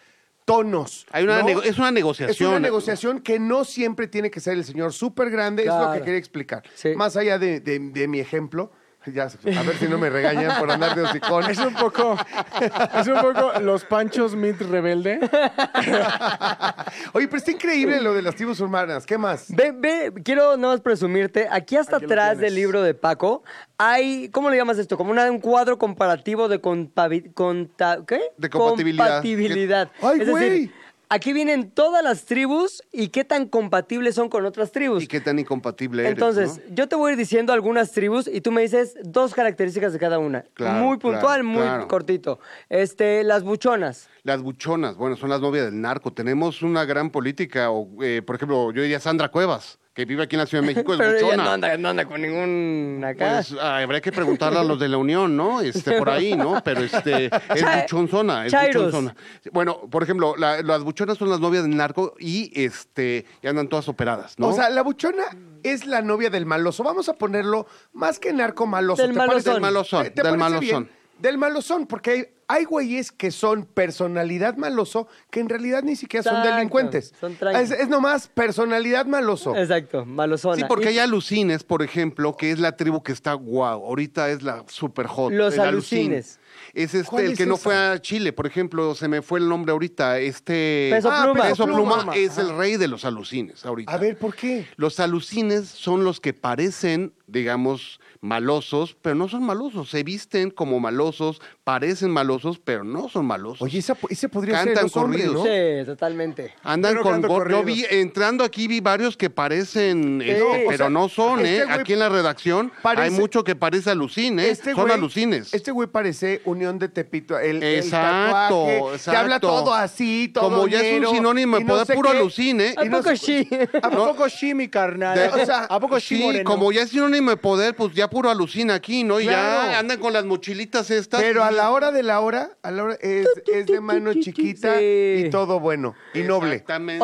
Speaker 8: tonos.
Speaker 7: Hay una
Speaker 8: ¿no?
Speaker 7: nego- es una negociación.
Speaker 8: Es una negociación que no siempre tiene que ser el señor súper grande, es lo
Speaker 4: Claro.
Speaker 8: que quería explicar.
Speaker 4: Sí.
Speaker 8: Más allá de, de- de mi ejemplo, ya, a ver si no me regañan por andar de hocicón.
Speaker 5: Es un poco, es un poco los panchos mint rebelde.
Speaker 8: Oye, pero está increíble lo de las tribus humanas. ¿Qué más?
Speaker 4: Ve, ve, quiero nada más presumirte, aquí hasta
Speaker 5: Aquí lo
Speaker 4: atrás
Speaker 5: tienes.
Speaker 4: del libro de Paco hay, ¿cómo le llamas esto? Como una- un cuadro comparativo de compavi- conta- ¿qué?
Speaker 7: De compatibilidad.
Speaker 4: Compatibilidad.
Speaker 8: ¿Qué? ¡Ay,
Speaker 4: es decir,
Speaker 8: güey!
Speaker 4: aquí vienen todas las tribus y qué tan compatibles son con otras tribus.
Speaker 7: Y qué tan incompatible eres,
Speaker 4: Entonces,
Speaker 7: ¿no?
Speaker 4: yo te voy a ir diciendo algunas tribus y tú me dices dos características de cada una.
Speaker 7: Claro,
Speaker 4: muy puntual,
Speaker 7: claro,
Speaker 4: muy
Speaker 7: claro.
Speaker 4: cortito. Este, las buchonas.
Speaker 7: Las buchonas, bueno, son las novias del narco. Tenemos una gran política, o, eh, por ejemplo, yo diría Sandra Cuevas, que vive aquí en la Ciudad de México, es
Speaker 4: Pero ella
Speaker 7: buchona.
Speaker 4: no anda, no anda con ningún acá.
Speaker 7: Pues ah, habría que preguntarle a los de la Unión, ¿no? Este, por ahí, ¿no? Pero este, es
Speaker 4: Cha-
Speaker 7: buchonzona, es
Speaker 4: Chairos.
Speaker 7: buchonzona. Bueno, por ejemplo, la- las buchonas son las novias del narco y este, ya andan todas operadas, ¿no?
Speaker 8: O sea, la buchona es la novia del maloso. Vamos a ponerlo más que narco maloso.
Speaker 4: Del
Speaker 8: ¿Te parece-
Speaker 4: malosón.
Speaker 7: Del malosón,
Speaker 8: ¿Te- te
Speaker 7: del
Speaker 8: parece bien?
Speaker 7: malosón.
Speaker 8: Del malosón, porque hay, hay güeyes que son personalidad maloso que en realidad ni siquiera son
Speaker 4: Exacto,
Speaker 8: delincuentes.
Speaker 4: son tranqui.
Speaker 8: es, es nomás personalidad maloso.
Speaker 4: Exacto, malosona.
Speaker 7: Sí, porque
Speaker 4: Y-
Speaker 7: hay alucines, por ejemplo, que es la tribu que está guau. Ahorita es la super hot.
Speaker 4: Los
Speaker 7: el alucin.
Speaker 4: alucines.
Speaker 7: Es este
Speaker 8: ¿Cuál
Speaker 7: el
Speaker 8: es
Speaker 7: que no
Speaker 8: esa?
Speaker 7: fue a Chile, por ejemplo, se me fue el nombre ahorita, este
Speaker 4: Peso Pluma.
Speaker 7: Peso Pluma
Speaker 8: Pluma. Ah,
Speaker 7: es el rey de los alucines ahorita.
Speaker 8: A ver, ¿por qué?
Speaker 7: Los alucines son los que parecen, digamos, malosos, pero no son malosos. Se visten como malosos, parecen malosos, pero no son malosos.
Speaker 8: Oye, esa- ese podría ser
Speaker 7: Cantan
Speaker 8: los hombres,
Speaker 7: corridos.
Speaker 8: ¿no?
Speaker 4: Sí, totalmente.
Speaker 7: Andan
Speaker 5: Yo no
Speaker 7: con
Speaker 5: canto
Speaker 7: go- yo
Speaker 5: corridos.
Speaker 7: vi entrando aquí vi varios que parecen este,
Speaker 4: o
Speaker 7: pero
Speaker 8: sea,
Speaker 7: no son,
Speaker 8: este
Speaker 7: eh.
Speaker 8: güey
Speaker 7: Aquí en la redacción hay
Speaker 8: parece- este
Speaker 7: mucho que parece alucin, eh. son
Speaker 8: güey-
Speaker 7: alucines.
Speaker 8: Este güey parece unión de Tepito. El,
Speaker 7: Exacto,
Speaker 8: exacto,
Speaker 7: exacto.
Speaker 8: Que habla todo así, todo
Speaker 7: Como ya es un
Speaker 8: ñero,
Speaker 7: sinónimo de
Speaker 8: y no
Speaker 7: poder
Speaker 8: sé
Speaker 7: puro ¿eh?
Speaker 8: qué.
Speaker 7: alucine.
Speaker 4: ¿A
Speaker 8: Y no
Speaker 4: poco
Speaker 8: sé-
Speaker 4: sí?
Speaker 5: ¿A poco sí, mi carnal?
Speaker 7: De-
Speaker 5: o sea, ¿A poco sí,
Speaker 7: Sí,
Speaker 5: moreno?
Speaker 7: como ya es sinónimo de poder, pues ya puro alucina aquí, ¿no? Y
Speaker 8: Claro.
Speaker 7: ya andan con las mochilitas estas.
Speaker 8: Pero a la hora de la hora, a la hora es, es de mano chiquita
Speaker 4: Sí.
Speaker 8: y todo bueno y noble.
Speaker 7: Exactamente.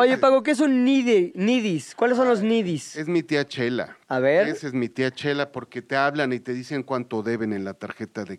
Speaker 4: Oye, Pago, ¿qué es un nidi- nidis? ¿Cuáles son los nidis?
Speaker 7: Es mi tía Chela.
Speaker 4: A ver.
Speaker 7: Esa es mi tía Chela porque te hablan y te dicen cuánto deben en la tarjeta de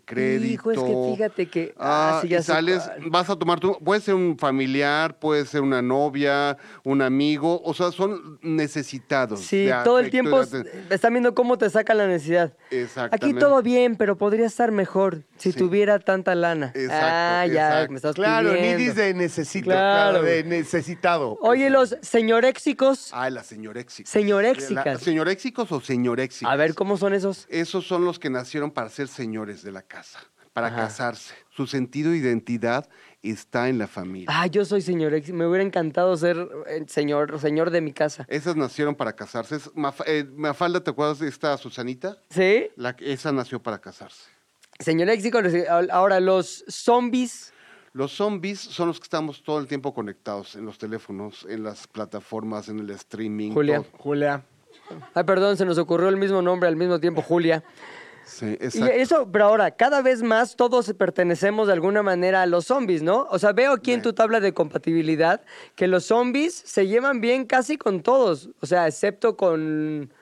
Speaker 4: Hijo,
Speaker 7: crédito.
Speaker 4: es que fíjate que- ah, sí, ya
Speaker 7: y
Speaker 4: sé
Speaker 7: sales,
Speaker 4: cuál.
Speaker 7: vas a tomar tu... Puede ser un familiar, puede ser una novia, un amigo. O sea, son necesitados.
Speaker 4: Sí,
Speaker 7: de
Speaker 4: todo el
Speaker 7: afecto y
Speaker 4: tiempo
Speaker 7: de
Speaker 4: s-
Speaker 7: aten-
Speaker 4: están viendo cómo te sacan la necesidad.
Speaker 7: Exactamente.
Speaker 4: Aquí todo bien, pero podría estar mejor si
Speaker 7: Sí.
Speaker 4: tuviera tanta lana.
Speaker 7: Exacto,
Speaker 4: ah, ya,
Speaker 7: exacto.
Speaker 4: me estás
Speaker 8: Claro,
Speaker 4: pidiendo.
Speaker 8: nidis de necesito,
Speaker 4: Claro,
Speaker 8: claro,
Speaker 4: güey.
Speaker 8: de necesitado.
Speaker 4: Oye, los señoréxicos,
Speaker 7: Ah, la señoréxicas. La-
Speaker 4: señoréxicas.
Speaker 7: ¿Señoréxicos o señoréxicas?
Speaker 4: A ver, ¿cómo son esos?
Speaker 7: Esos son los que nacieron para ser señores de la casa, para casarse. Su sentido de identidad está en la familia.
Speaker 4: Ah, yo soy señoréxico. Me hubiera encantado ser eh, señor, señor de mi casa.
Speaker 7: Esas nacieron para casarse. Es Maf- eh, Mafalda, ¿te acuerdas de esta Susanita?
Speaker 4: ¿Sí?
Speaker 7: La, esa nació para casarse.
Speaker 4: Señoréxico. los- Ahora, los zombies.
Speaker 7: Los zombies son los que estamos todo el tiempo conectados en los teléfonos, en las plataformas, en el streaming.
Speaker 4: Julia.
Speaker 7: todo.
Speaker 5: Julia.
Speaker 4: Ay, perdón, se nos ocurrió el mismo nombre al mismo tiempo, Julia.
Speaker 7: Sí,
Speaker 4: Y
Speaker 7: exacto.
Speaker 4: eso, pero ahora, cada vez más todos pertenecemos de alguna manera a los zombies, ¿no? O sea, veo aquí en tu tabla de compatibilidad que los zombies se llevan bien casi con todos, o sea, excepto con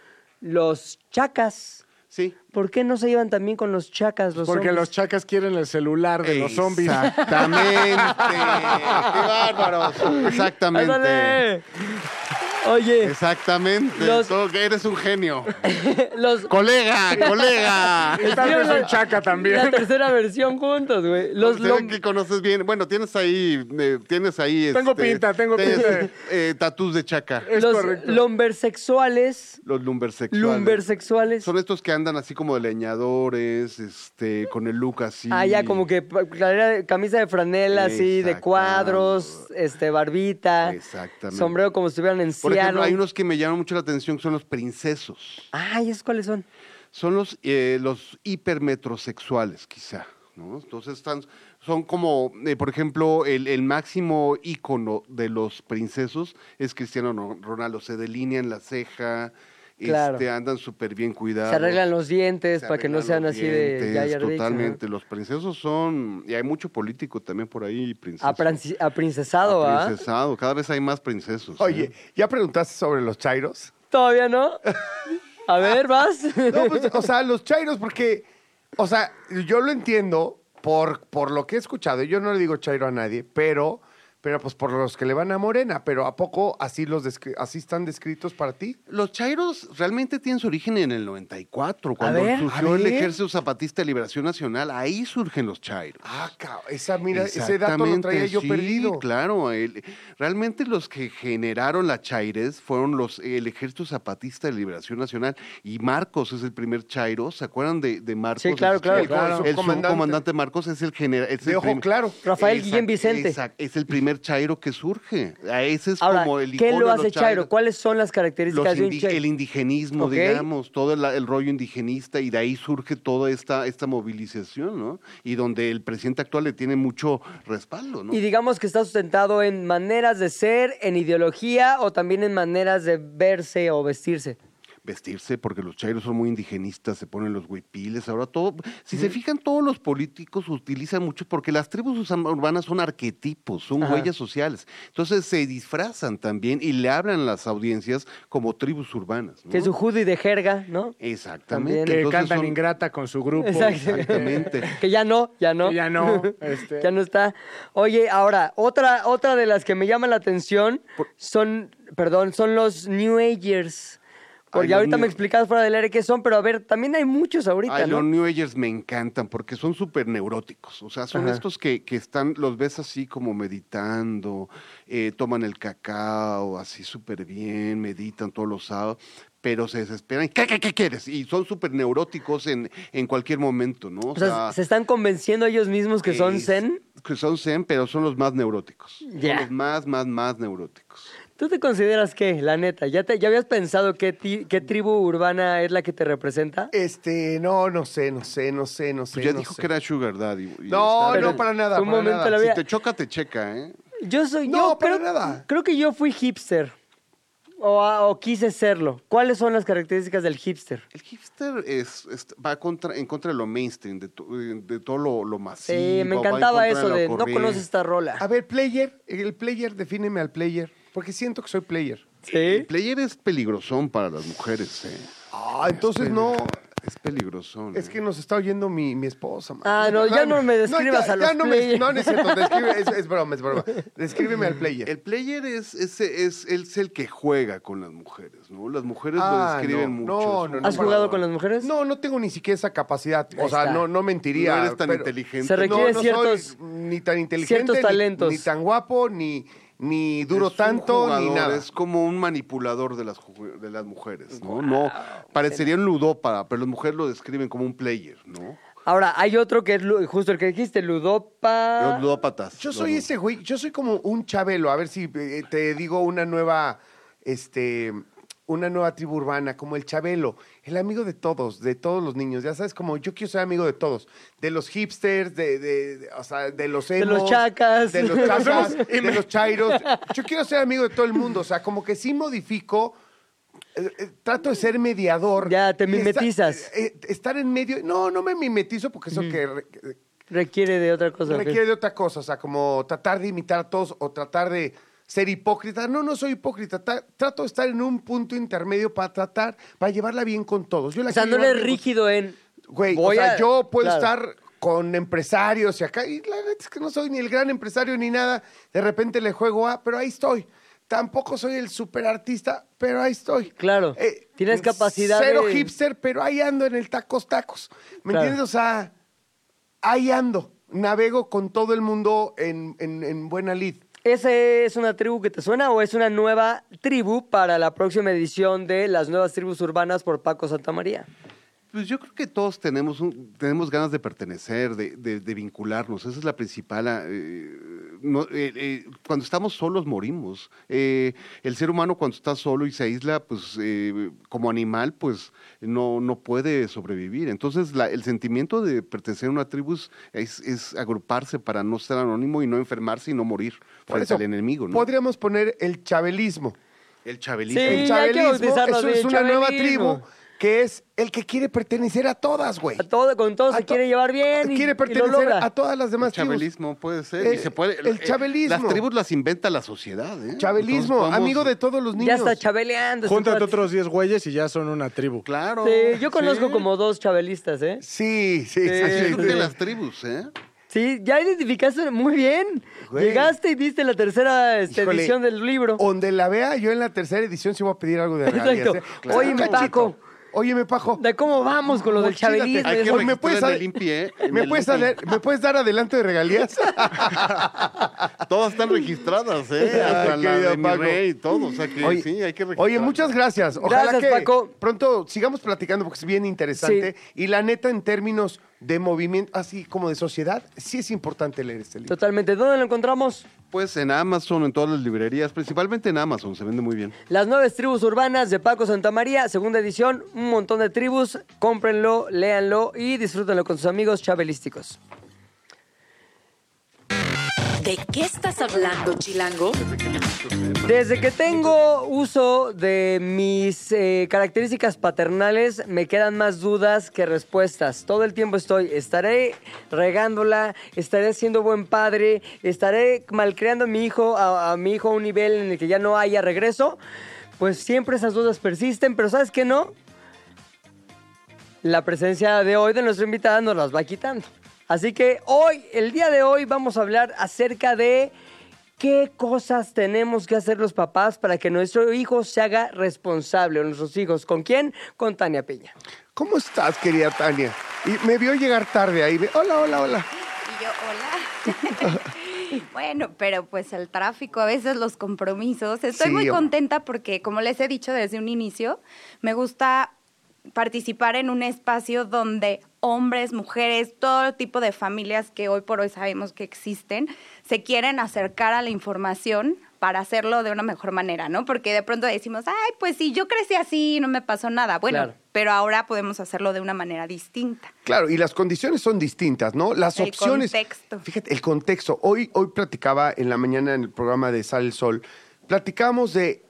Speaker 4: los chacas.
Speaker 7: Sí.
Speaker 4: ¿Por qué no se llevan también con los chacas los
Speaker 5: Porque los
Speaker 4: zombies?
Speaker 5: chacas quieren el celular de los zombies.
Speaker 7: Exactamente. ¡Qué bárbaros! Exactamente.
Speaker 4: ¡Ándale! Oye,
Speaker 7: Exactamente.
Speaker 4: Los-
Speaker 7: Tú eres un genio.
Speaker 4: los...
Speaker 7: colega,
Speaker 5: Tal
Speaker 7: colega.
Speaker 5: vez
Speaker 4: Escriban
Speaker 5: un
Speaker 4: la-
Speaker 5: chaca
Speaker 4: La
Speaker 5: también.
Speaker 4: tercera versión juntos, güey. Los
Speaker 7: Los
Speaker 4: lom-
Speaker 7: que conoces bien. Bueno, tienes ahí, eh, tienes ahí.
Speaker 5: Tengo pinta, tengo
Speaker 7: tienes,
Speaker 5: pinta de-
Speaker 7: eh, tatús de chaca.
Speaker 5: Es
Speaker 4: los
Speaker 5: correcto.
Speaker 4: lumbersexuales.
Speaker 7: Los lumbersexuales.
Speaker 4: Lumbersexuales.
Speaker 7: Son estos que andan así como de leñadores, este, con el look así.
Speaker 4: Ah, ya, como que pa- clara- camisa de franela, así, de
Speaker 7: Exactamente.
Speaker 4: cuadros, este, barbita,
Speaker 7: Exactamente.
Speaker 4: sombrero como si estuvieran en
Speaker 7: Por ejemplo,
Speaker 4: Seattle.
Speaker 7: hay unos que me llaman mucho la atención, que son los princesos.
Speaker 4: Ay, ¿esos cuáles son?
Speaker 7: Son los, eh, los hipermetrosexuales, quizá. ¿no? Entonces están, son como, eh, por ejemplo, el, el máximo ícono de los princesos es Cristiano Ro- Ronaldo. Se delinean la ceja,
Speaker 4: Claro.
Speaker 7: este, andan súper bien cuidados.
Speaker 4: Se arreglan los dientes
Speaker 7: Se
Speaker 4: para que no
Speaker 7: arreglan
Speaker 4: sean
Speaker 7: los
Speaker 4: así de
Speaker 7: dientes,
Speaker 4: ya, ya, Rich,
Speaker 7: Totalmente. Los princesos son. Y hay mucho político también por ahí,
Speaker 4: ¿no?
Speaker 7: princesos.
Speaker 4: Apranci- Aprincesado, ¿ah?
Speaker 7: Aprincesado. Cada vez hay más princesos.
Speaker 8: Oye,
Speaker 7: ¿eh?
Speaker 8: ¿ya preguntaste sobre los chairos?
Speaker 4: ¿Todavía no? A ver, vas.
Speaker 8: No, pues, o sea, los chairos, porque, o sea, yo lo entiendo por, por lo que he escuchado. Yo no le digo chairo a nadie, pero, pero pues por los que le van a Morena. Pero ¿a poco así, los descri- así están descritos para ti?
Speaker 7: Los chairos realmente tienen su origen en el 94, cuando
Speaker 4: ver,
Speaker 7: surgió
Speaker 4: a
Speaker 7: el
Speaker 4: ver.
Speaker 7: Ejército Zapatista de Liberación Nacional. Ahí surgen los chairos.
Speaker 8: Ah, cabrón, esa, mira, ese dato lo traía
Speaker 7: Exactamente,
Speaker 8: yo
Speaker 7: sí,
Speaker 8: perdido.
Speaker 7: Claro, el- realmente los que generaron la Chaires fueron los el Ejército Zapatista de Liberación Nacional y Marcos es el primer Chairo. ¿Se acuerdan de, de Marcos?
Speaker 4: Sí, claro,
Speaker 7: El-
Speaker 4: claro,
Speaker 7: el,
Speaker 4: claro.
Speaker 7: El
Speaker 8: Subcomandante.
Speaker 7: subcomandante Marcos es el general.
Speaker 8: De ojo claro.
Speaker 4: Rafael Guillén Vicente.
Speaker 7: es el primer Chairo que surge. A ese es
Speaker 4: Ahora,
Speaker 7: como el
Speaker 4: ¿qué
Speaker 7: icono
Speaker 4: lo
Speaker 7: de
Speaker 4: hace
Speaker 7: los
Speaker 4: Chairo?
Speaker 7: chairos.
Speaker 4: ¿Cuáles son las características
Speaker 7: Los
Speaker 4: de un
Speaker 7: indi-
Speaker 4: Chairo?
Speaker 7: el indigenismo,
Speaker 4: Ok.
Speaker 7: digamos, todo el, el rollo indigenista y de ahí surge toda esta, esta movilización, ¿no? Y donde el presidente actual le tiene mucho respaldo, ¿no?
Speaker 4: Y digamos que está sustentado en maneras de ser, en ideología o también en maneras de verse o vestirse.
Speaker 7: vestirse, porque los chairos son muy indigenistas, se ponen los huipiles, ahora todo, si se fijan, todos los políticos utilizan mucho, porque las tribus usan- urbanas son arquetipos, son
Speaker 4: Ajá.
Speaker 7: huellas sociales, entonces se disfrazan también y le hablan a las audiencias como tribus urbanas. ¿no?
Speaker 4: Que su hoodie de jerga, ¿no?
Speaker 7: Exactamente.
Speaker 4: También.
Speaker 5: Que
Speaker 7: entonces
Speaker 5: cantan
Speaker 7: son-
Speaker 5: ingrata con su grupo.
Speaker 4: Exacto.
Speaker 7: Exactamente.
Speaker 4: Que ya no, ya no.
Speaker 5: Que ya no, este.
Speaker 4: ya no está. Oye, ahora, otra, otra de las que me llama la atención son, perdón, son los New Agers. Porque
Speaker 7: Ay, los
Speaker 4: ahorita
Speaker 7: New-
Speaker 4: me explicas fuera del aire qué son, pero a ver, también hay muchos ahorita,
Speaker 7: Ay,
Speaker 4: ¿no?
Speaker 7: los New Agers me encantan porque son súper neuróticos. O sea, son
Speaker 4: Ajá.
Speaker 7: estos que, que están, los ves así como meditando, eh, toman el cacao así súper bien, meditan todos los sábados, pero se desesperan. ¿Qué, qué, qué quieres? Y son súper neuróticos en, en cualquier momento, ¿no?
Speaker 4: O sea, ¿se están convenciendo ellos mismos Pues que son
Speaker 7: es-
Speaker 4: zen?
Speaker 7: Que son zen, pero son los más neuróticos. Son
Speaker 4: Ya.
Speaker 7: los más, más, más neuróticos.
Speaker 4: ¿Tú te consideras qué, la neta? ¿Ya, te, ya habías pensado qué, ti- qué tribu urbana es la que te representa?
Speaker 8: Este, no, no sé, no sé, no sé, no sé.
Speaker 7: Pues ya
Speaker 8: no
Speaker 7: dijo
Speaker 8: sé.
Speaker 7: que era Sugar Daddy. y
Speaker 8: No,
Speaker 7: está-
Speaker 8: no, para nada.
Speaker 4: un
Speaker 8: para
Speaker 4: momento
Speaker 8: nada.
Speaker 4: la vida-
Speaker 7: Si te choca, te checa, ¿eh?
Speaker 4: Yo soy.
Speaker 8: No,
Speaker 4: yo
Speaker 8: para
Speaker 4: creo,
Speaker 8: nada.
Speaker 4: Creo que yo fui hipster. O, a- o quise serlo. ¿Cuáles son las características del hipster?
Speaker 7: El hipster es, es- va contra, en contra de lo mainstream, de, to- de todo lo, lo
Speaker 4: Sí,
Speaker 7: masivo. va
Speaker 4: Eh, me
Speaker 7: en
Speaker 4: encantaba
Speaker 7: contra
Speaker 4: eso
Speaker 7: lo
Speaker 4: de no
Speaker 7: corriente.
Speaker 4: conoces esta
Speaker 8: A
Speaker 4: rola.
Speaker 8: ver, player, el player, defíneme al player, porque siento que soy player.
Speaker 7: El
Speaker 4: Sí.
Speaker 7: player es peligrosón para las mujeres, ¿eh?
Speaker 8: Ah, entonces no.
Speaker 7: Es peligrosón.
Speaker 8: Es
Speaker 7: ¿eh?
Speaker 8: que nos está oyendo mi, mi esposa. man.
Speaker 4: Ah, no, ya no me describas
Speaker 8: ya-
Speaker 4: a los
Speaker 8: ya no, me,
Speaker 4: players.
Speaker 8: no, no es cierto, describe- es, es broma, es broma. Descríbeme al player.
Speaker 7: El player es, es, es- es el que juega con las mujeres, ¿no? Las mujeres
Speaker 8: Ah,
Speaker 7: lo describen
Speaker 8: no,
Speaker 7: mucho.
Speaker 8: no,
Speaker 7: es
Speaker 8: no,
Speaker 7: un
Speaker 8: no,
Speaker 4: ¿Has
Speaker 8: para
Speaker 4: jugado
Speaker 8: nada.
Speaker 4: con las mujeres?
Speaker 8: No, no tengo ni siquiera esa capacidad.
Speaker 4: Ahí
Speaker 8: O sea,
Speaker 4: está.
Speaker 8: no, no mentiría.
Speaker 7: No eres tan
Speaker 8: pero-
Speaker 7: inteligente.
Speaker 4: Se requiere
Speaker 8: No, no
Speaker 4: ciertos,
Speaker 8: soy ni tan inteligente,
Speaker 4: ciertos
Speaker 8: ni-
Speaker 4: talentos.
Speaker 8: Ni, tan guapo, ni, ni duro
Speaker 7: Es un
Speaker 8: tanto, ni
Speaker 7: jugador,
Speaker 8: nada.
Speaker 7: Es como un manipulador de las, ju- de las mujeres, ¿no? No, parecería un ludópata, pero las mujeres lo describen como un player, ¿no?
Speaker 4: Ahora, hay otro que es lu- justo el que dijiste, Ludopa.
Speaker 7: Los ludópatas.
Speaker 8: Yo
Speaker 7: los
Speaker 8: soy
Speaker 7: lu-
Speaker 8: ese güey, yo soy como un Chabelo. A ver si eh, te digo una nueva, este, una nueva tribu urbana, como el Chabelo, el amigo de todos, de todos los niños. Ya sabes, como yo quiero ser amigo de todos, de los hipsters, de, de- de- o sea, de los
Speaker 4: De los
Speaker 8: emos,
Speaker 4: chacas.
Speaker 8: de los chacas, de los chairos. Yo quiero ser amigo de todo el mundo. O sea, como que sí modifico. eh, eh, Trato de ser mediador.
Speaker 4: Ya, te
Speaker 8: Y esta-
Speaker 4: mimetizas.
Speaker 8: eh, eh, estar en medio. No, no me mimetizo porque eso que re- que
Speaker 4: Requiere de otra cosa.
Speaker 8: requiere de otra cosa, o sea, como tratar de imitar a todos o tratar de ser hipócrita. No, no soy hipócrita. ta- trato de estar en un punto intermedio para tratar, para llevarla bien con todos. Yo la
Speaker 4: O sea, no
Speaker 8: quiero
Speaker 4: eres
Speaker 8: llevar bien con-
Speaker 4: rígido en.
Speaker 8: pues, Güey, o
Speaker 4: voy
Speaker 8: sea,
Speaker 4: a-
Speaker 8: yo puedo
Speaker 4: claro.
Speaker 8: estar con empresarios y acá, y la neta es que no soy ni el gran empresario ni nada. De repente le juego a, pero ahí estoy. Tampoco soy el super artista, pero ahí estoy. Eh, pues,
Speaker 4: Claro. Tienes capacidad
Speaker 8: Cero
Speaker 4: de-
Speaker 8: hipster, pero ahí ando en el tacos tacos. ¿Me
Speaker 4: Claro.
Speaker 8: entiendes? O sea, ahí ando. Navego con todo el mundo en, en- en buena lid.
Speaker 4: ¿Esa es una tribu que te suena o es una nueva tribu para la próxima edición de Las Nuevas Tribus Urbanas por Paco Santamaría?
Speaker 7: Pues yo creo que todos tenemos, un- tenemos ganas de pertenecer, de, de- de vincularnos. Esa es la principal. ah, eh, no, eh, eh, cuando estamos solos morimos. Eh, el ser humano cuando está solo y se aísla, pues eh, como animal, pues no, no puede sobrevivir. Entonces la- el sentimiento de pertenecer a una tribu es, es- es agruparse para no ser anónimo y no enfermarse y no morir
Speaker 8: Por
Speaker 7: frente
Speaker 8: eso,
Speaker 7: al enemigo. ¿no?
Speaker 8: Podríamos poner el chabelismo.
Speaker 7: El chabelismo.
Speaker 4: Sí,
Speaker 8: el
Speaker 4: ya hay que
Speaker 8: chabelismo
Speaker 4: bautizarlo
Speaker 8: es,
Speaker 4: bien,
Speaker 8: es una nueva
Speaker 4: chabelismo.
Speaker 8: tribu que es el que quiere pertenecer a todas, güey.
Speaker 4: A todo, con todo se
Speaker 8: A to-
Speaker 4: quiere llevar bien. y- y
Speaker 8: Quiere
Speaker 4: lo
Speaker 8: pertenecer
Speaker 4: logra.
Speaker 8: a todas las demás
Speaker 7: el chabelismo
Speaker 8: tribus.
Speaker 7: puede ser.
Speaker 8: Eh,
Speaker 7: y se puede,
Speaker 8: el
Speaker 7: eh,
Speaker 8: chabelismo.
Speaker 7: Las tribus las inventa la sociedad. ¿eh? Entonces
Speaker 8: Chabelismo,
Speaker 7: podemos-
Speaker 8: amigo de todos los niños.
Speaker 4: Ya está chabeleando. este
Speaker 5: Júntate
Speaker 4: cuate.
Speaker 5: otros 10 güeyes y ya son una tribu.
Speaker 7: Claro.
Speaker 4: Sí, yo conozco
Speaker 7: Sí.
Speaker 4: como dos chabelistas, ¿eh?
Speaker 8: Sí, sí, sí.
Speaker 7: Es el
Speaker 8: sí,
Speaker 7: club
Speaker 8: sí.
Speaker 7: de las tribus, ¿eh?
Speaker 4: Sí, ya identificaste muy bien.
Speaker 8: Güey.
Speaker 4: Llegaste y viste la tercera este,
Speaker 8: Híjole,
Speaker 4: edición del libro.
Speaker 8: Donde la vea, yo en la tercera edición sí voy a pedir algo de
Speaker 4: Exacto.
Speaker 8: regalías. ¿eh?
Speaker 4: Claro. Oye, mi
Speaker 8: Cachito.
Speaker 4: Paco.
Speaker 8: Oye, me Paco.
Speaker 4: De cómo vamos con lo del
Speaker 8: Mochílate.
Speaker 4: chabelismo.
Speaker 7: Hay que
Speaker 8: Oye, Pues, ¿me,
Speaker 7: registrar
Speaker 8: puedes
Speaker 7: en
Speaker 8: dar-
Speaker 7: el INPI, ¿eh? En
Speaker 8: ¿Me
Speaker 7: el
Speaker 8: puedes
Speaker 7: INPI.
Speaker 8: dar- ¿Me puedes dar adelanto de regalías?
Speaker 7: Todas están registradas, ¿eh? Hasta
Speaker 8: Ay,
Speaker 7: la
Speaker 8: querido
Speaker 7: de mi
Speaker 8: Paco.
Speaker 7: rey y todo. O sea que
Speaker 8: Oye,
Speaker 7: sí, hay que registrar.
Speaker 8: oye, muchas gracias. Ojalá
Speaker 4: Gracias,
Speaker 8: que
Speaker 4: Paco.
Speaker 8: pronto sigamos platicando porque es bien interesante. Y la neta, en términos de movimiento, así como de sociedad, sí es importante leer este libro.
Speaker 4: Totalmente. ¿Dónde lo encontramos?
Speaker 7: Pues en Amazon, en todas las librerías, principalmente en Amazon, se vende muy bien.
Speaker 4: Las nueve tribus urbanas de Paco Santamaría, segunda edición, un montón de tribus. Cómprenlo, léanlo y disfrútenlo con sus amigos chabelísticos.
Speaker 6: ¿De qué estás hablando, Chilango?
Speaker 4: Desde que tengo uso de mis eh, características paternales, me quedan más dudas que respuestas. Todo el tiempo estoy, estaré regándola, estaré siendo buen padre, estaré malcriando a mi hijo, a, a mi hijo a un nivel en el que ya no haya regreso. Pues siempre esas dudas persisten, pero ¿sabes qué no? la presencia de hoy de nuestra invitada nos las va quitando. Así que hoy, el día de hoy, vamos a hablar acerca de ¿Qué cosas tenemos que hacer los papás para que nuestro hijo se haga responsable? o Nuestros hijos. ¿Con quién? Con Tania Piña.
Speaker 8: ¿Cómo estás, querida Tania? Y me vio llegar tarde ahí. me- Hola, hola, hola.
Speaker 9: Y yo, hola. bueno, pero pues el tráfico, a veces los compromisos. Estoy
Speaker 8: Sí,
Speaker 9: muy
Speaker 8: o-
Speaker 9: contenta porque, como les he dicho desde un inicio, me gusta participar en un espacio donde hombres, mujeres, todo tipo de familias que hoy por hoy sabemos que existen, se quieren acercar a la información para hacerlo de una mejor manera, ¿no? Porque de pronto decimos, ay, pues sí, yo crecí así, no me pasó nada. Bueno,
Speaker 4: Claro.
Speaker 9: pero ahora podemos hacerlo de una manera distinta.
Speaker 8: Claro, y las condiciones son distintas, ¿no? Las
Speaker 9: El
Speaker 8: opciones.
Speaker 9: contexto.
Speaker 8: Fíjate, el contexto. Hoy, hoy platicaba en la mañana en el programa de Sal el Sol, platicamos de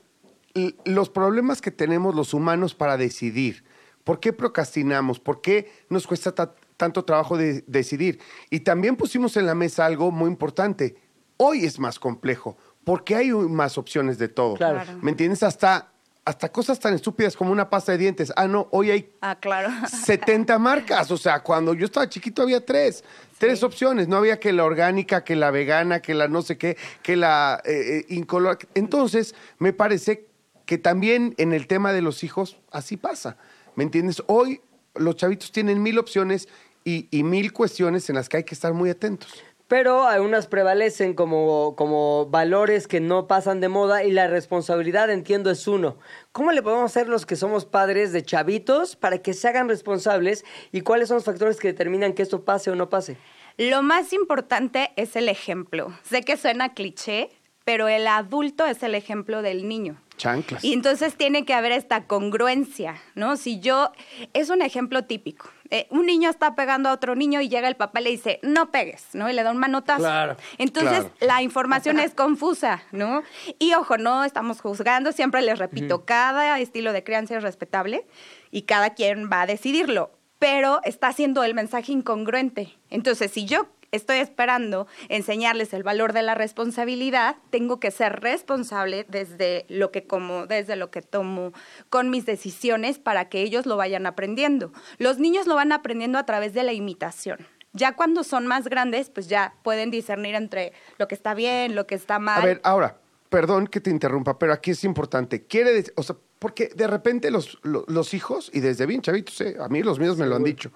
Speaker 8: l- los problemas que tenemos los humanos para decidir. ¿Por qué procrastinamos? ¿Por qué nos cuesta ta- tanto trabajo de- decidir? Y también pusimos en la mesa algo muy importante. Hoy es más complejo, porque hay u- más opciones de todo.
Speaker 4: Claro. Claro.
Speaker 8: ¿Me entiendes? Hasta, hasta cosas tan estúpidas como una pasta de dientes. Ah, no, hoy hay
Speaker 9: Ah, claro.
Speaker 8: 70 marcas. O sea, cuando yo estaba chiquito había tres. Tres opciones. No había que la orgánica, que la vegana, que la no sé qué, que la eh, eh, incolor. Entonces, me parece que también en el tema de los hijos así pasa. ¿Me entiendes? Hoy los chavitos tienen mil opciones y, y mil cuestiones en las que hay que estar muy atentos.
Speaker 4: Pero algunas prevalecen como, como valores que no pasan de moda y la responsabilidad, entiendo, es uno. ¿Cómo le podemos hacer los que somos padres de chavitos para que se hagan responsables y cuáles son los factores que determinan que esto pase o no pase?
Speaker 9: Lo más importante es el ejemplo. Sé que suena cliché, pero el adulto es el ejemplo del niño.
Speaker 8: Chanclas.
Speaker 9: Y entonces tiene que haber esta congruencia, ¿no? Si yo, es un ejemplo típico. Eh, un niño está pegando a otro niño y llega el papá y le dice, no pegues, ¿no? Y le da un manotazo.
Speaker 4: Claro,
Speaker 9: Entonces,
Speaker 8: claro.
Speaker 9: la información es confusa, ¿no? Y ojo, no estamos juzgando, siempre les repito, cada estilo de crianza es respetable y cada quien va a decidirlo, pero está haciendo el mensaje incongruente. Entonces, si yo estoy esperando enseñarles el valor de la responsabilidad, tengo que ser responsable desde lo que como, desde lo que tomo, con mis decisiones para que ellos lo vayan aprendiendo. Los niños lo van aprendiendo a través de la imitación. Ya cuando son más grandes, pues ya pueden discernir entre lo que está bien, lo que está mal.
Speaker 8: A ver, ahora, perdón que te interrumpa, pero aquí es importante. Quiere decir, o sea, porque de repente los, lo- los, hijos, y desde bien chavitos, eh, a mí los míos me lo han dicho.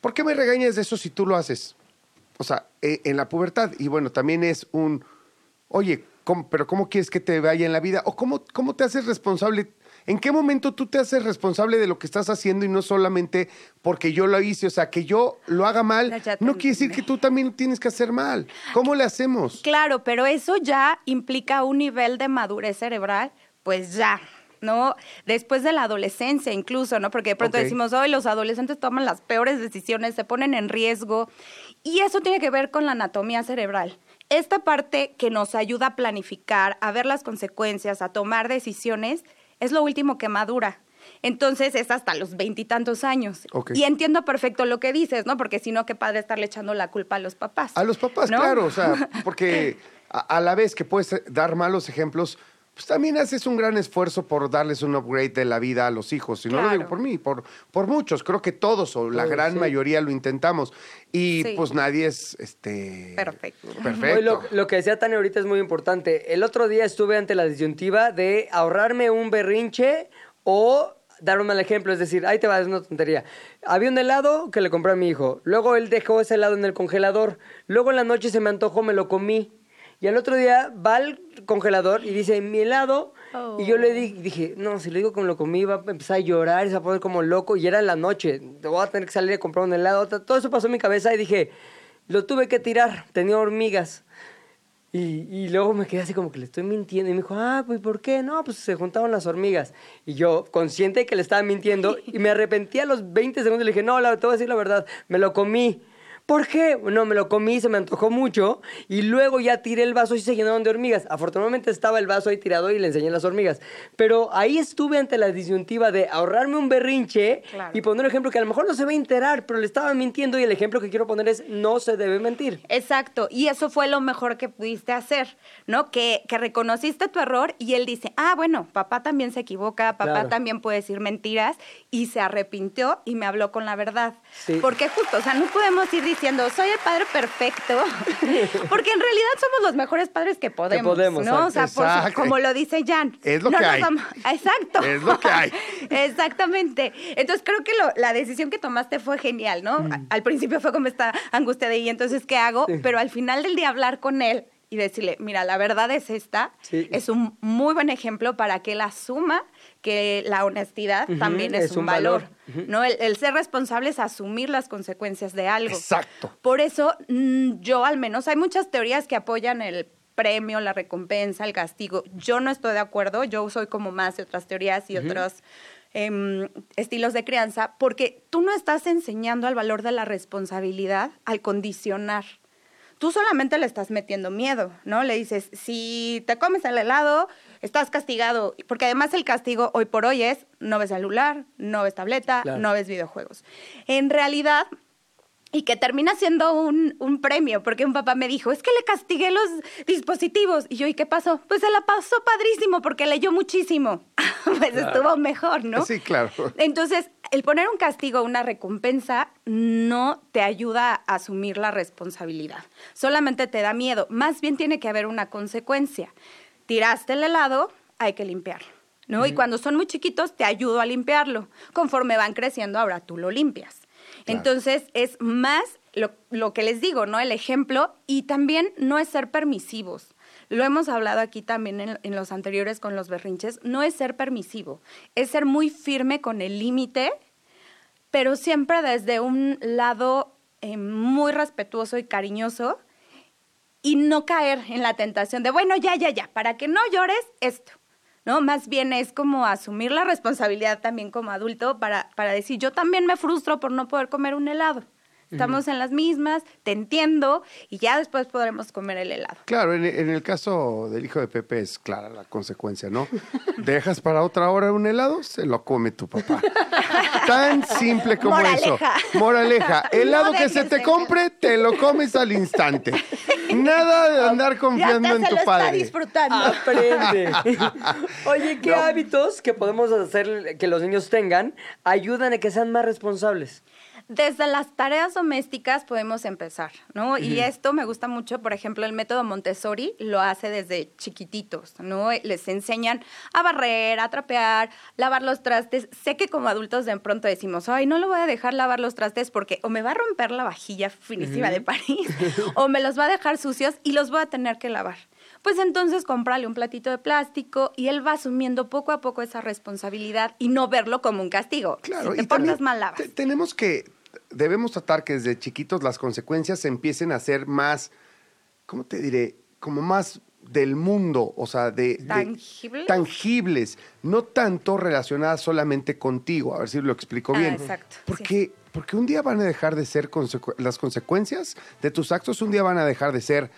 Speaker 8: ¿Por qué me regañas de eso si tú lo haces? O sea, eh, en la pubertad, y bueno, también es un, oye, ¿cómo- pero ¿cómo quieres que te vaya en la vida? ¿O cómo, cómo te haces responsable? ¿En qué momento tú te haces responsable de lo que estás haciendo y no solamente porque yo lo hice? O sea, que yo lo haga mal
Speaker 9: Ya, ya te
Speaker 8: no quiere decir que
Speaker 9: entendí.
Speaker 8: tú también lo tienes que hacer mal. ¿Cómo le hacemos?
Speaker 9: Claro, pero eso ya implica un nivel de madurez cerebral, pues ya, ¿no? Después de la adolescencia incluso, ¿no? Porque de pronto
Speaker 8: Ok.
Speaker 9: decimos, hoy los adolescentes toman las peores decisiones, se ponen en riesgo. Y eso tiene que ver con la anatomía cerebral. Esta parte que nos ayuda a planificar, a ver las consecuencias, a tomar decisiones, es lo último que madura. Entonces es hasta los veintitantos años.
Speaker 8: Ok.
Speaker 9: Y entiendo perfecto lo que dices, ¿no? Porque si no, qué padre estarle echando la culpa a los papás.
Speaker 8: A los papás,
Speaker 9: ¿no?
Speaker 8: claro, o sea, porque a, a la vez que puedes dar malos ejemplos, pues también haces un gran esfuerzo por darles un upgrade de la vida a los hijos. Y no lo
Speaker 9: Claro.
Speaker 8: digo por mí, por, por muchos. Creo que todos o la gran mayoría lo intentamos. Y
Speaker 9: Sí.
Speaker 8: pues nadie es este
Speaker 9: Perfecto.
Speaker 8: perfecto.
Speaker 4: Oye, Lo, lo que decía Tania ahorita es muy importante. El otro día estuve ante la disyuntiva de ahorrarme un berrinche o dar un mal ejemplo. Es decir, ahí te va, es una tontería. Había un helado que le compré a mi hijo. Luego él dejó ese helado en el congelador. Luego en la noche se me antojó, me lo comí. Y al otro día va al congelador y dice, mi helado. Y yo le di- dije, no, si le digo que me lo comí, va a empezar a llorar, se va a poner como loco. Y era en la noche, voy a tener que salir a comprar un helado. Todo eso pasó en mi cabeza y dije, lo tuve que tirar, tenía hormigas. Y, y luego me quedé así como que le estoy mintiendo. Y me dijo, ah, pues ¿por qué? No, pues se juntaron las hormigas. Y yo, consciente de que le estaba mintiendo, y me arrepentí a los 20 segundos y le dije, no, la, te voy a decir la verdad, me lo comí. ¿Por qué? No, me lo comí, se me antojó mucho. Y luego ya tiré el vaso y se llenaron de hormigas. Afortunadamente estaba el vaso ahí tirado y le enseñé las hormigas. Pero ahí estuve ante la disyuntiva de ahorrarme un berrinche
Speaker 9: Claro.
Speaker 4: y poner un ejemplo que a lo mejor no se va a enterar, pero le estaba mintiendo. Y el ejemplo que quiero poner es: no se debe mentir.
Speaker 9: Exacto, y eso fue lo mejor que pudiste hacer, ¿no? Que, que reconociste tu error y él dice, ah, bueno, papá también se equivoca, papá
Speaker 4: Claro.
Speaker 9: también puede decir mentiras, y se arrepintió y me habló con la verdad.
Speaker 4: Sí.
Speaker 9: Porque justo, o sea, no podemos ir diciendo, soy el padre perfecto, porque en realidad somos los mejores padres que podemos.
Speaker 4: podemos,
Speaker 9: ¿no? O sea, por su-
Speaker 8: exacto.
Speaker 9: como lo dice Jan.
Speaker 8: Es lo
Speaker 9: no
Speaker 8: que
Speaker 9: nos
Speaker 8: hay.
Speaker 9: vamos- Exacto.
Speaker 8: Es lo que hay.
Speaker 9: Exactamente. Entonces creo que lo- la decisión que tomaste fue genial, ¿no? A- Al principio fue como esta angustia de, ¿y entonces qué hago? Pero al final del día hablar con él y decirle, mira, la verdad es esta,
Speaker 4: Sí.
Speaker 9: es un muy buen ejemplo para que él asuma que la honestidad
Speaker 4: Ujú,
Speaker 9: también es,
Speaker 4: es
Speaker 9: un,
Speaker 4: un
Speaker 9: valor.
Speaker 4: valor.
Speaker 9: ¿no? El, el ser responsable es asumir las consecuencias de algo.
Speaker 8: Exacto.
Speaker 9: Por eso, mm, yo al menos, hay muchas teorías que apoyan el premio, la recompensa, el castigo. Yo no estoy de acuerdo, yo soy como más de otras teorías y otros em, estilos de crianza, porque tú no estás enseñando al valor de la responsabilidad al condicionar. Tú solamente le estás metiendo miedo, ¿no? Le dices, si te comes el helado, estás castigado. Porque además el castigo hoy por hoy es no ves celular, no ves tableta,
Speaker 4: Claro.
Speaker 9: no ves videojuegos. En realidad, y que termina siendo un, un premio, porque un papá me dijo, es que le castigué los dispositivos. Y yo, ¿y qué pasó? Pues se la pasó padrísimo porque leyó muchísimo. pues estuvo mejor, ¿no?
Speaker 8: Sí, claro.
Speaker 9: Entonces, el poner un castigo, una recompensa, no te ayuda a asumir la responsabilidad. Solamente te da miedo. Más bien tiene que haber una consecuencia. Tiraste el helado, hay que limpiarlo. ¿no? Y cuando son muy chiquitos, te ayudo a limpiarlo. Conforme van creciendo, ahora tú lo limpias. Entonces, es más lo, lo que les digo, ¿no? El ejemplo y también no es ser permisivos. Lo hemos hablado aquí también en, en los anteriores con los berrinches, no es ser permisivo, es ser muy firme con el límite, pero siempre desde un lado eh, muy respetuoso y cariñoso y no caer en la tentación de, bueno, ya, ya, ya, para que no llores esto. ¿No? Más bien es como asumir la responsabilidad también como adulto para, para decir, yo también me frustro por no poder comer un helado. Estamos en las mismas, te entiendo y ya después podremos comer el helado.
Speaker 8: Claro, en, en el caso del hijo de Pepe es clara la consecuencia, ¿no? Dejas para otra hora un helado, se lo come tu papá. Tan simple como
Speaker 9: Moraleja.
Speaker 8: eso. Moraleja.
Speaker 9: No
Speaker 8: Helado que
Speaker 9: dejes
Speaker 8: se te
Speaker 9: de-
Speaker 8: compre, te lo comes al instante. Nada de andar confiando
Speaker 9: Ya hasta
Speaker 8: en
Speaker 9: se
Speaker 8: tu
Speaker 9: lo está
Speaker 8: padre.
Speaker 9: disfrutando.
Speaker 4: Ah, Aprende. Oye, ¿qué hábitos que podemos hacer que los niños tengan ayudan a que sean más responsables?
Speaker 9: Desde las tareas domésticas podemos empezar, ¿no? Y esto me gusta mucho, por ejemplo, el método Montessori lo hace desde chiquititos, ¿no? Les enseñan a barrer, a trapear, lavar los trastes. Sé que como adultos de pronto decimos, ay, no lo voy a dejar lavar los trastes porque o me va a romper la vajilla finísima de París o me los va a dejar sucios y los voy a tener que lavar. Pues entonces cómprale un platito de plástico y él va asumiendo poco a poco esa responsabilidad y no verlo como un castigo.
Speaker 8: Claro,
Speaker 9: si te
Speaker 8: y también
Speaker 9: portas mal, lavas.
Speaker 8: te- tenemos que, debemos tratar que desde chiquitos las consecuencias se empiecen a ser más, ¿cómo te diré? Como más del mundo, o sea, de... de-
Speaker 9: ¿Tangibles?
Speaker 8: tangibles, no tanto relacionadas solamente contigo, a ver si lo explico
Speaker 9: Ah,
Speaker 8: bien.
Speaker 9: exacto,
Speaker 8: Porque, porque un día van a dejar de ser consecu- las consecuencias de tus actos, un día van a dejar de ser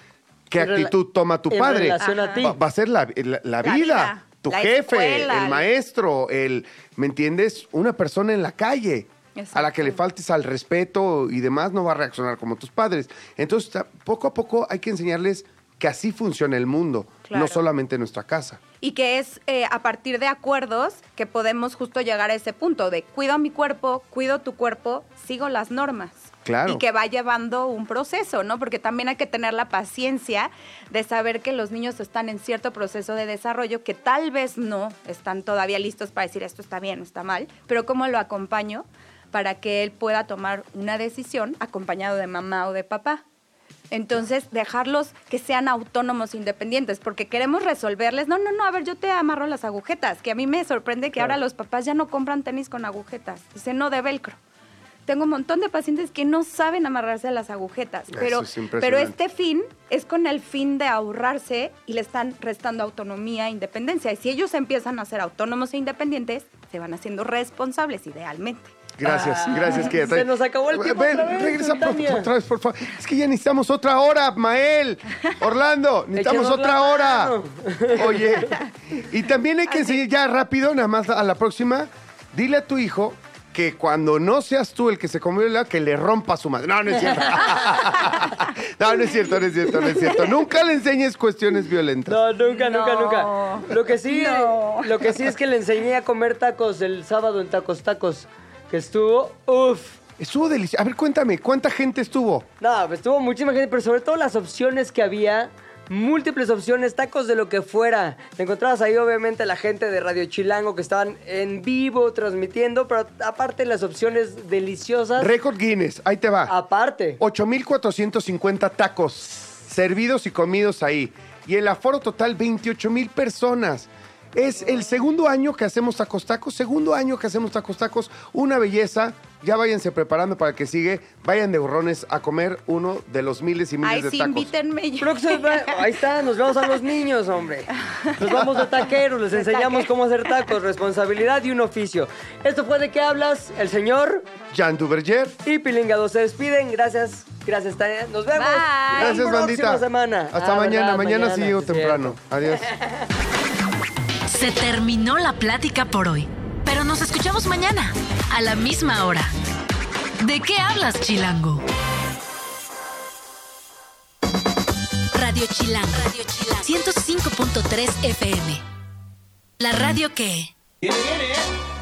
Speaker 8: qué
Speaker 4: En rela-
Speaker 8: actitud toma tu
Speaker 4: en
Speaker 8: padre.
Speaker 4: relación a ti.
Speaker 8: Va, va a ser la, la- la
Speaker 9: La
Speaker 8: vida,
Speaker 9: vida,
Speaker 8: tu
Speaker 9: la
Speaker 8: jefe,
Speaker 9: escuela,
Speaker 8: el
Speaker 9: el-
Speaker 8: maestro, el, ¿me entiendes? Una persona en la calle a la que le
Speaker 9: Exacto.
Speaker 8: faltes al respeto y demás no va a reaccionar como tus padres. Entonces, ta- poco a poco hay que enseñarles que así funciona el mundo, no
Speaker 9: Claro.
Speaker 8: solamente nuestra casa.
Speaker 9: Y que es eh, a partir de acuerdos que podemos justo llegar a ese punto de cuido mi cuerpo, cuido tu cuerpo, sigo las normas.
Speaker 8: Claro.
Speaker 9: Y que va llevando un proceso, ¿no? Porque también hay que tener la paciencia de saber que los niños están en cierto proceso de desarrollo que tal vez no están todavía listos para decir esto está bien o está mal, pero cómo lo acompaño para que él pueda tomar una decisión acompañado de mamá o de papá. Entonces, dejarlos que sean autónomos, independientes, porque queremos resolverles, no, no, no, a ver, yo te amarro las agujetas, que a mí me sorprende que ahora los papás ya no compran tenis con agujetas, dicen no de velcro. Tengo un montón de pacientes que no saben amarrarse las agujetas,
Speaker 8: Eso
Speaker 9: pero,
Speaker 8: es impresionante.
Speaker 9: pero este fin es con el fin de ahorrarse y le están restando autonomía e independencia. Y si ellos empiezan a ser autónomos e independientes, se van haciendo responsables idealmente.
Speaker 8: Gracias, gracias, Kia.
Speaker 4: Ah, se nos acabó el tiempo otra vez,
Speaker 8: regresa por,
Speaker 4: Tania.
Speaker 8: otra vez, por favor. Es que ya necesitamos otra hora, Mael. Orlando, necesitamos
Speaker 4: Échenos la
Speaker 8: otra hora.
Speaker 4: mano.
Speaker 8: Oye, y también hay que enseñar ya rápido, nada más a la próxima. Dile a tu hijo que cuando no seas tú el que se comió el helado, que le rompa a su madre. No, no es cierto. no, no es cierto, no es cierto, no es cierto. Nunca le enseñes cuestiones violentas.
Speaker 4: No, nunca, nunca,
Speaker 9: No.
Speaker 4: nunca. Lo que sí,
Speaker 9: No.
Speaker 4: lo que sí es que le enseñé a comer tacos el sábado en Tacos Tacos, que estuvo, uff,
Speaker 8: Estuvo delicioso. A ver, cuéntame, ¿cuánta gente estuvo?
Speaker 4: No, pues tuvo muchísima gente, pero sobre todo las opciones que había. Múltiples opciones, tacos de lo que fuera. Te encontrabas ahí obviamente la gente de Radio Chilango que estaban en vivo transmitiendo, pero aparte las opciones deliciosas.
Speaker 8: Récord Guinness, ahí te va.
Speaker 4: aparte.
Speaker 8: 8,450 tacos servidos y comidos ahí. Y el aforo total, 28,000 personas. Es el segundo año que hacemos tacos tacos, segundo año que hacemos tacos tacos. Una belleza. Ya váyanse preparando para el que sigue. Vayan de gorrones a comer uno de los miles y miles
Speaker 9: Ay,
Speaker 8: de
Speaker 9: sí,
Speaker 8: tacos.
Speaker 9: invítenme. yo-
Speaker 4: Creo que se va- Ahí está, nos vamos a los niños, hombre. Nos vamos de taqueros, les enseñamos cómo hacer tacos, responsabilidad y un oficio. Esto fue de qué hablas, el señor
Speaker 8: Jan Duverger.
Speaker 4: y Pilingado se despiden. Gracias, gracias Tania. Nos vemos
Speaker 9: Bye.
Speaker 4: la
Speaker 8: Gracias,
Speaker 4: próxima
Speaker 8: bandita.
Speaker 4: semana.
Speaker 8: Hasta
Speaker 4: Ah,
Speaker 8: mañana.
Speaker 4: ¿verdad?
Speaker 8: Mañana, sí llego
Speaker 4: es
Speaker 8: temprano. Adiós.
Speaker 1: Se terminó la plática por hoy, pero nos escuchamos mañana, a la misma hora. ¿De qué hablas, Chilango? Radio Chilango, Radio Chilango, 105.3 FM. La radio que...
Speaker 2: Viene, viene, ¿eh?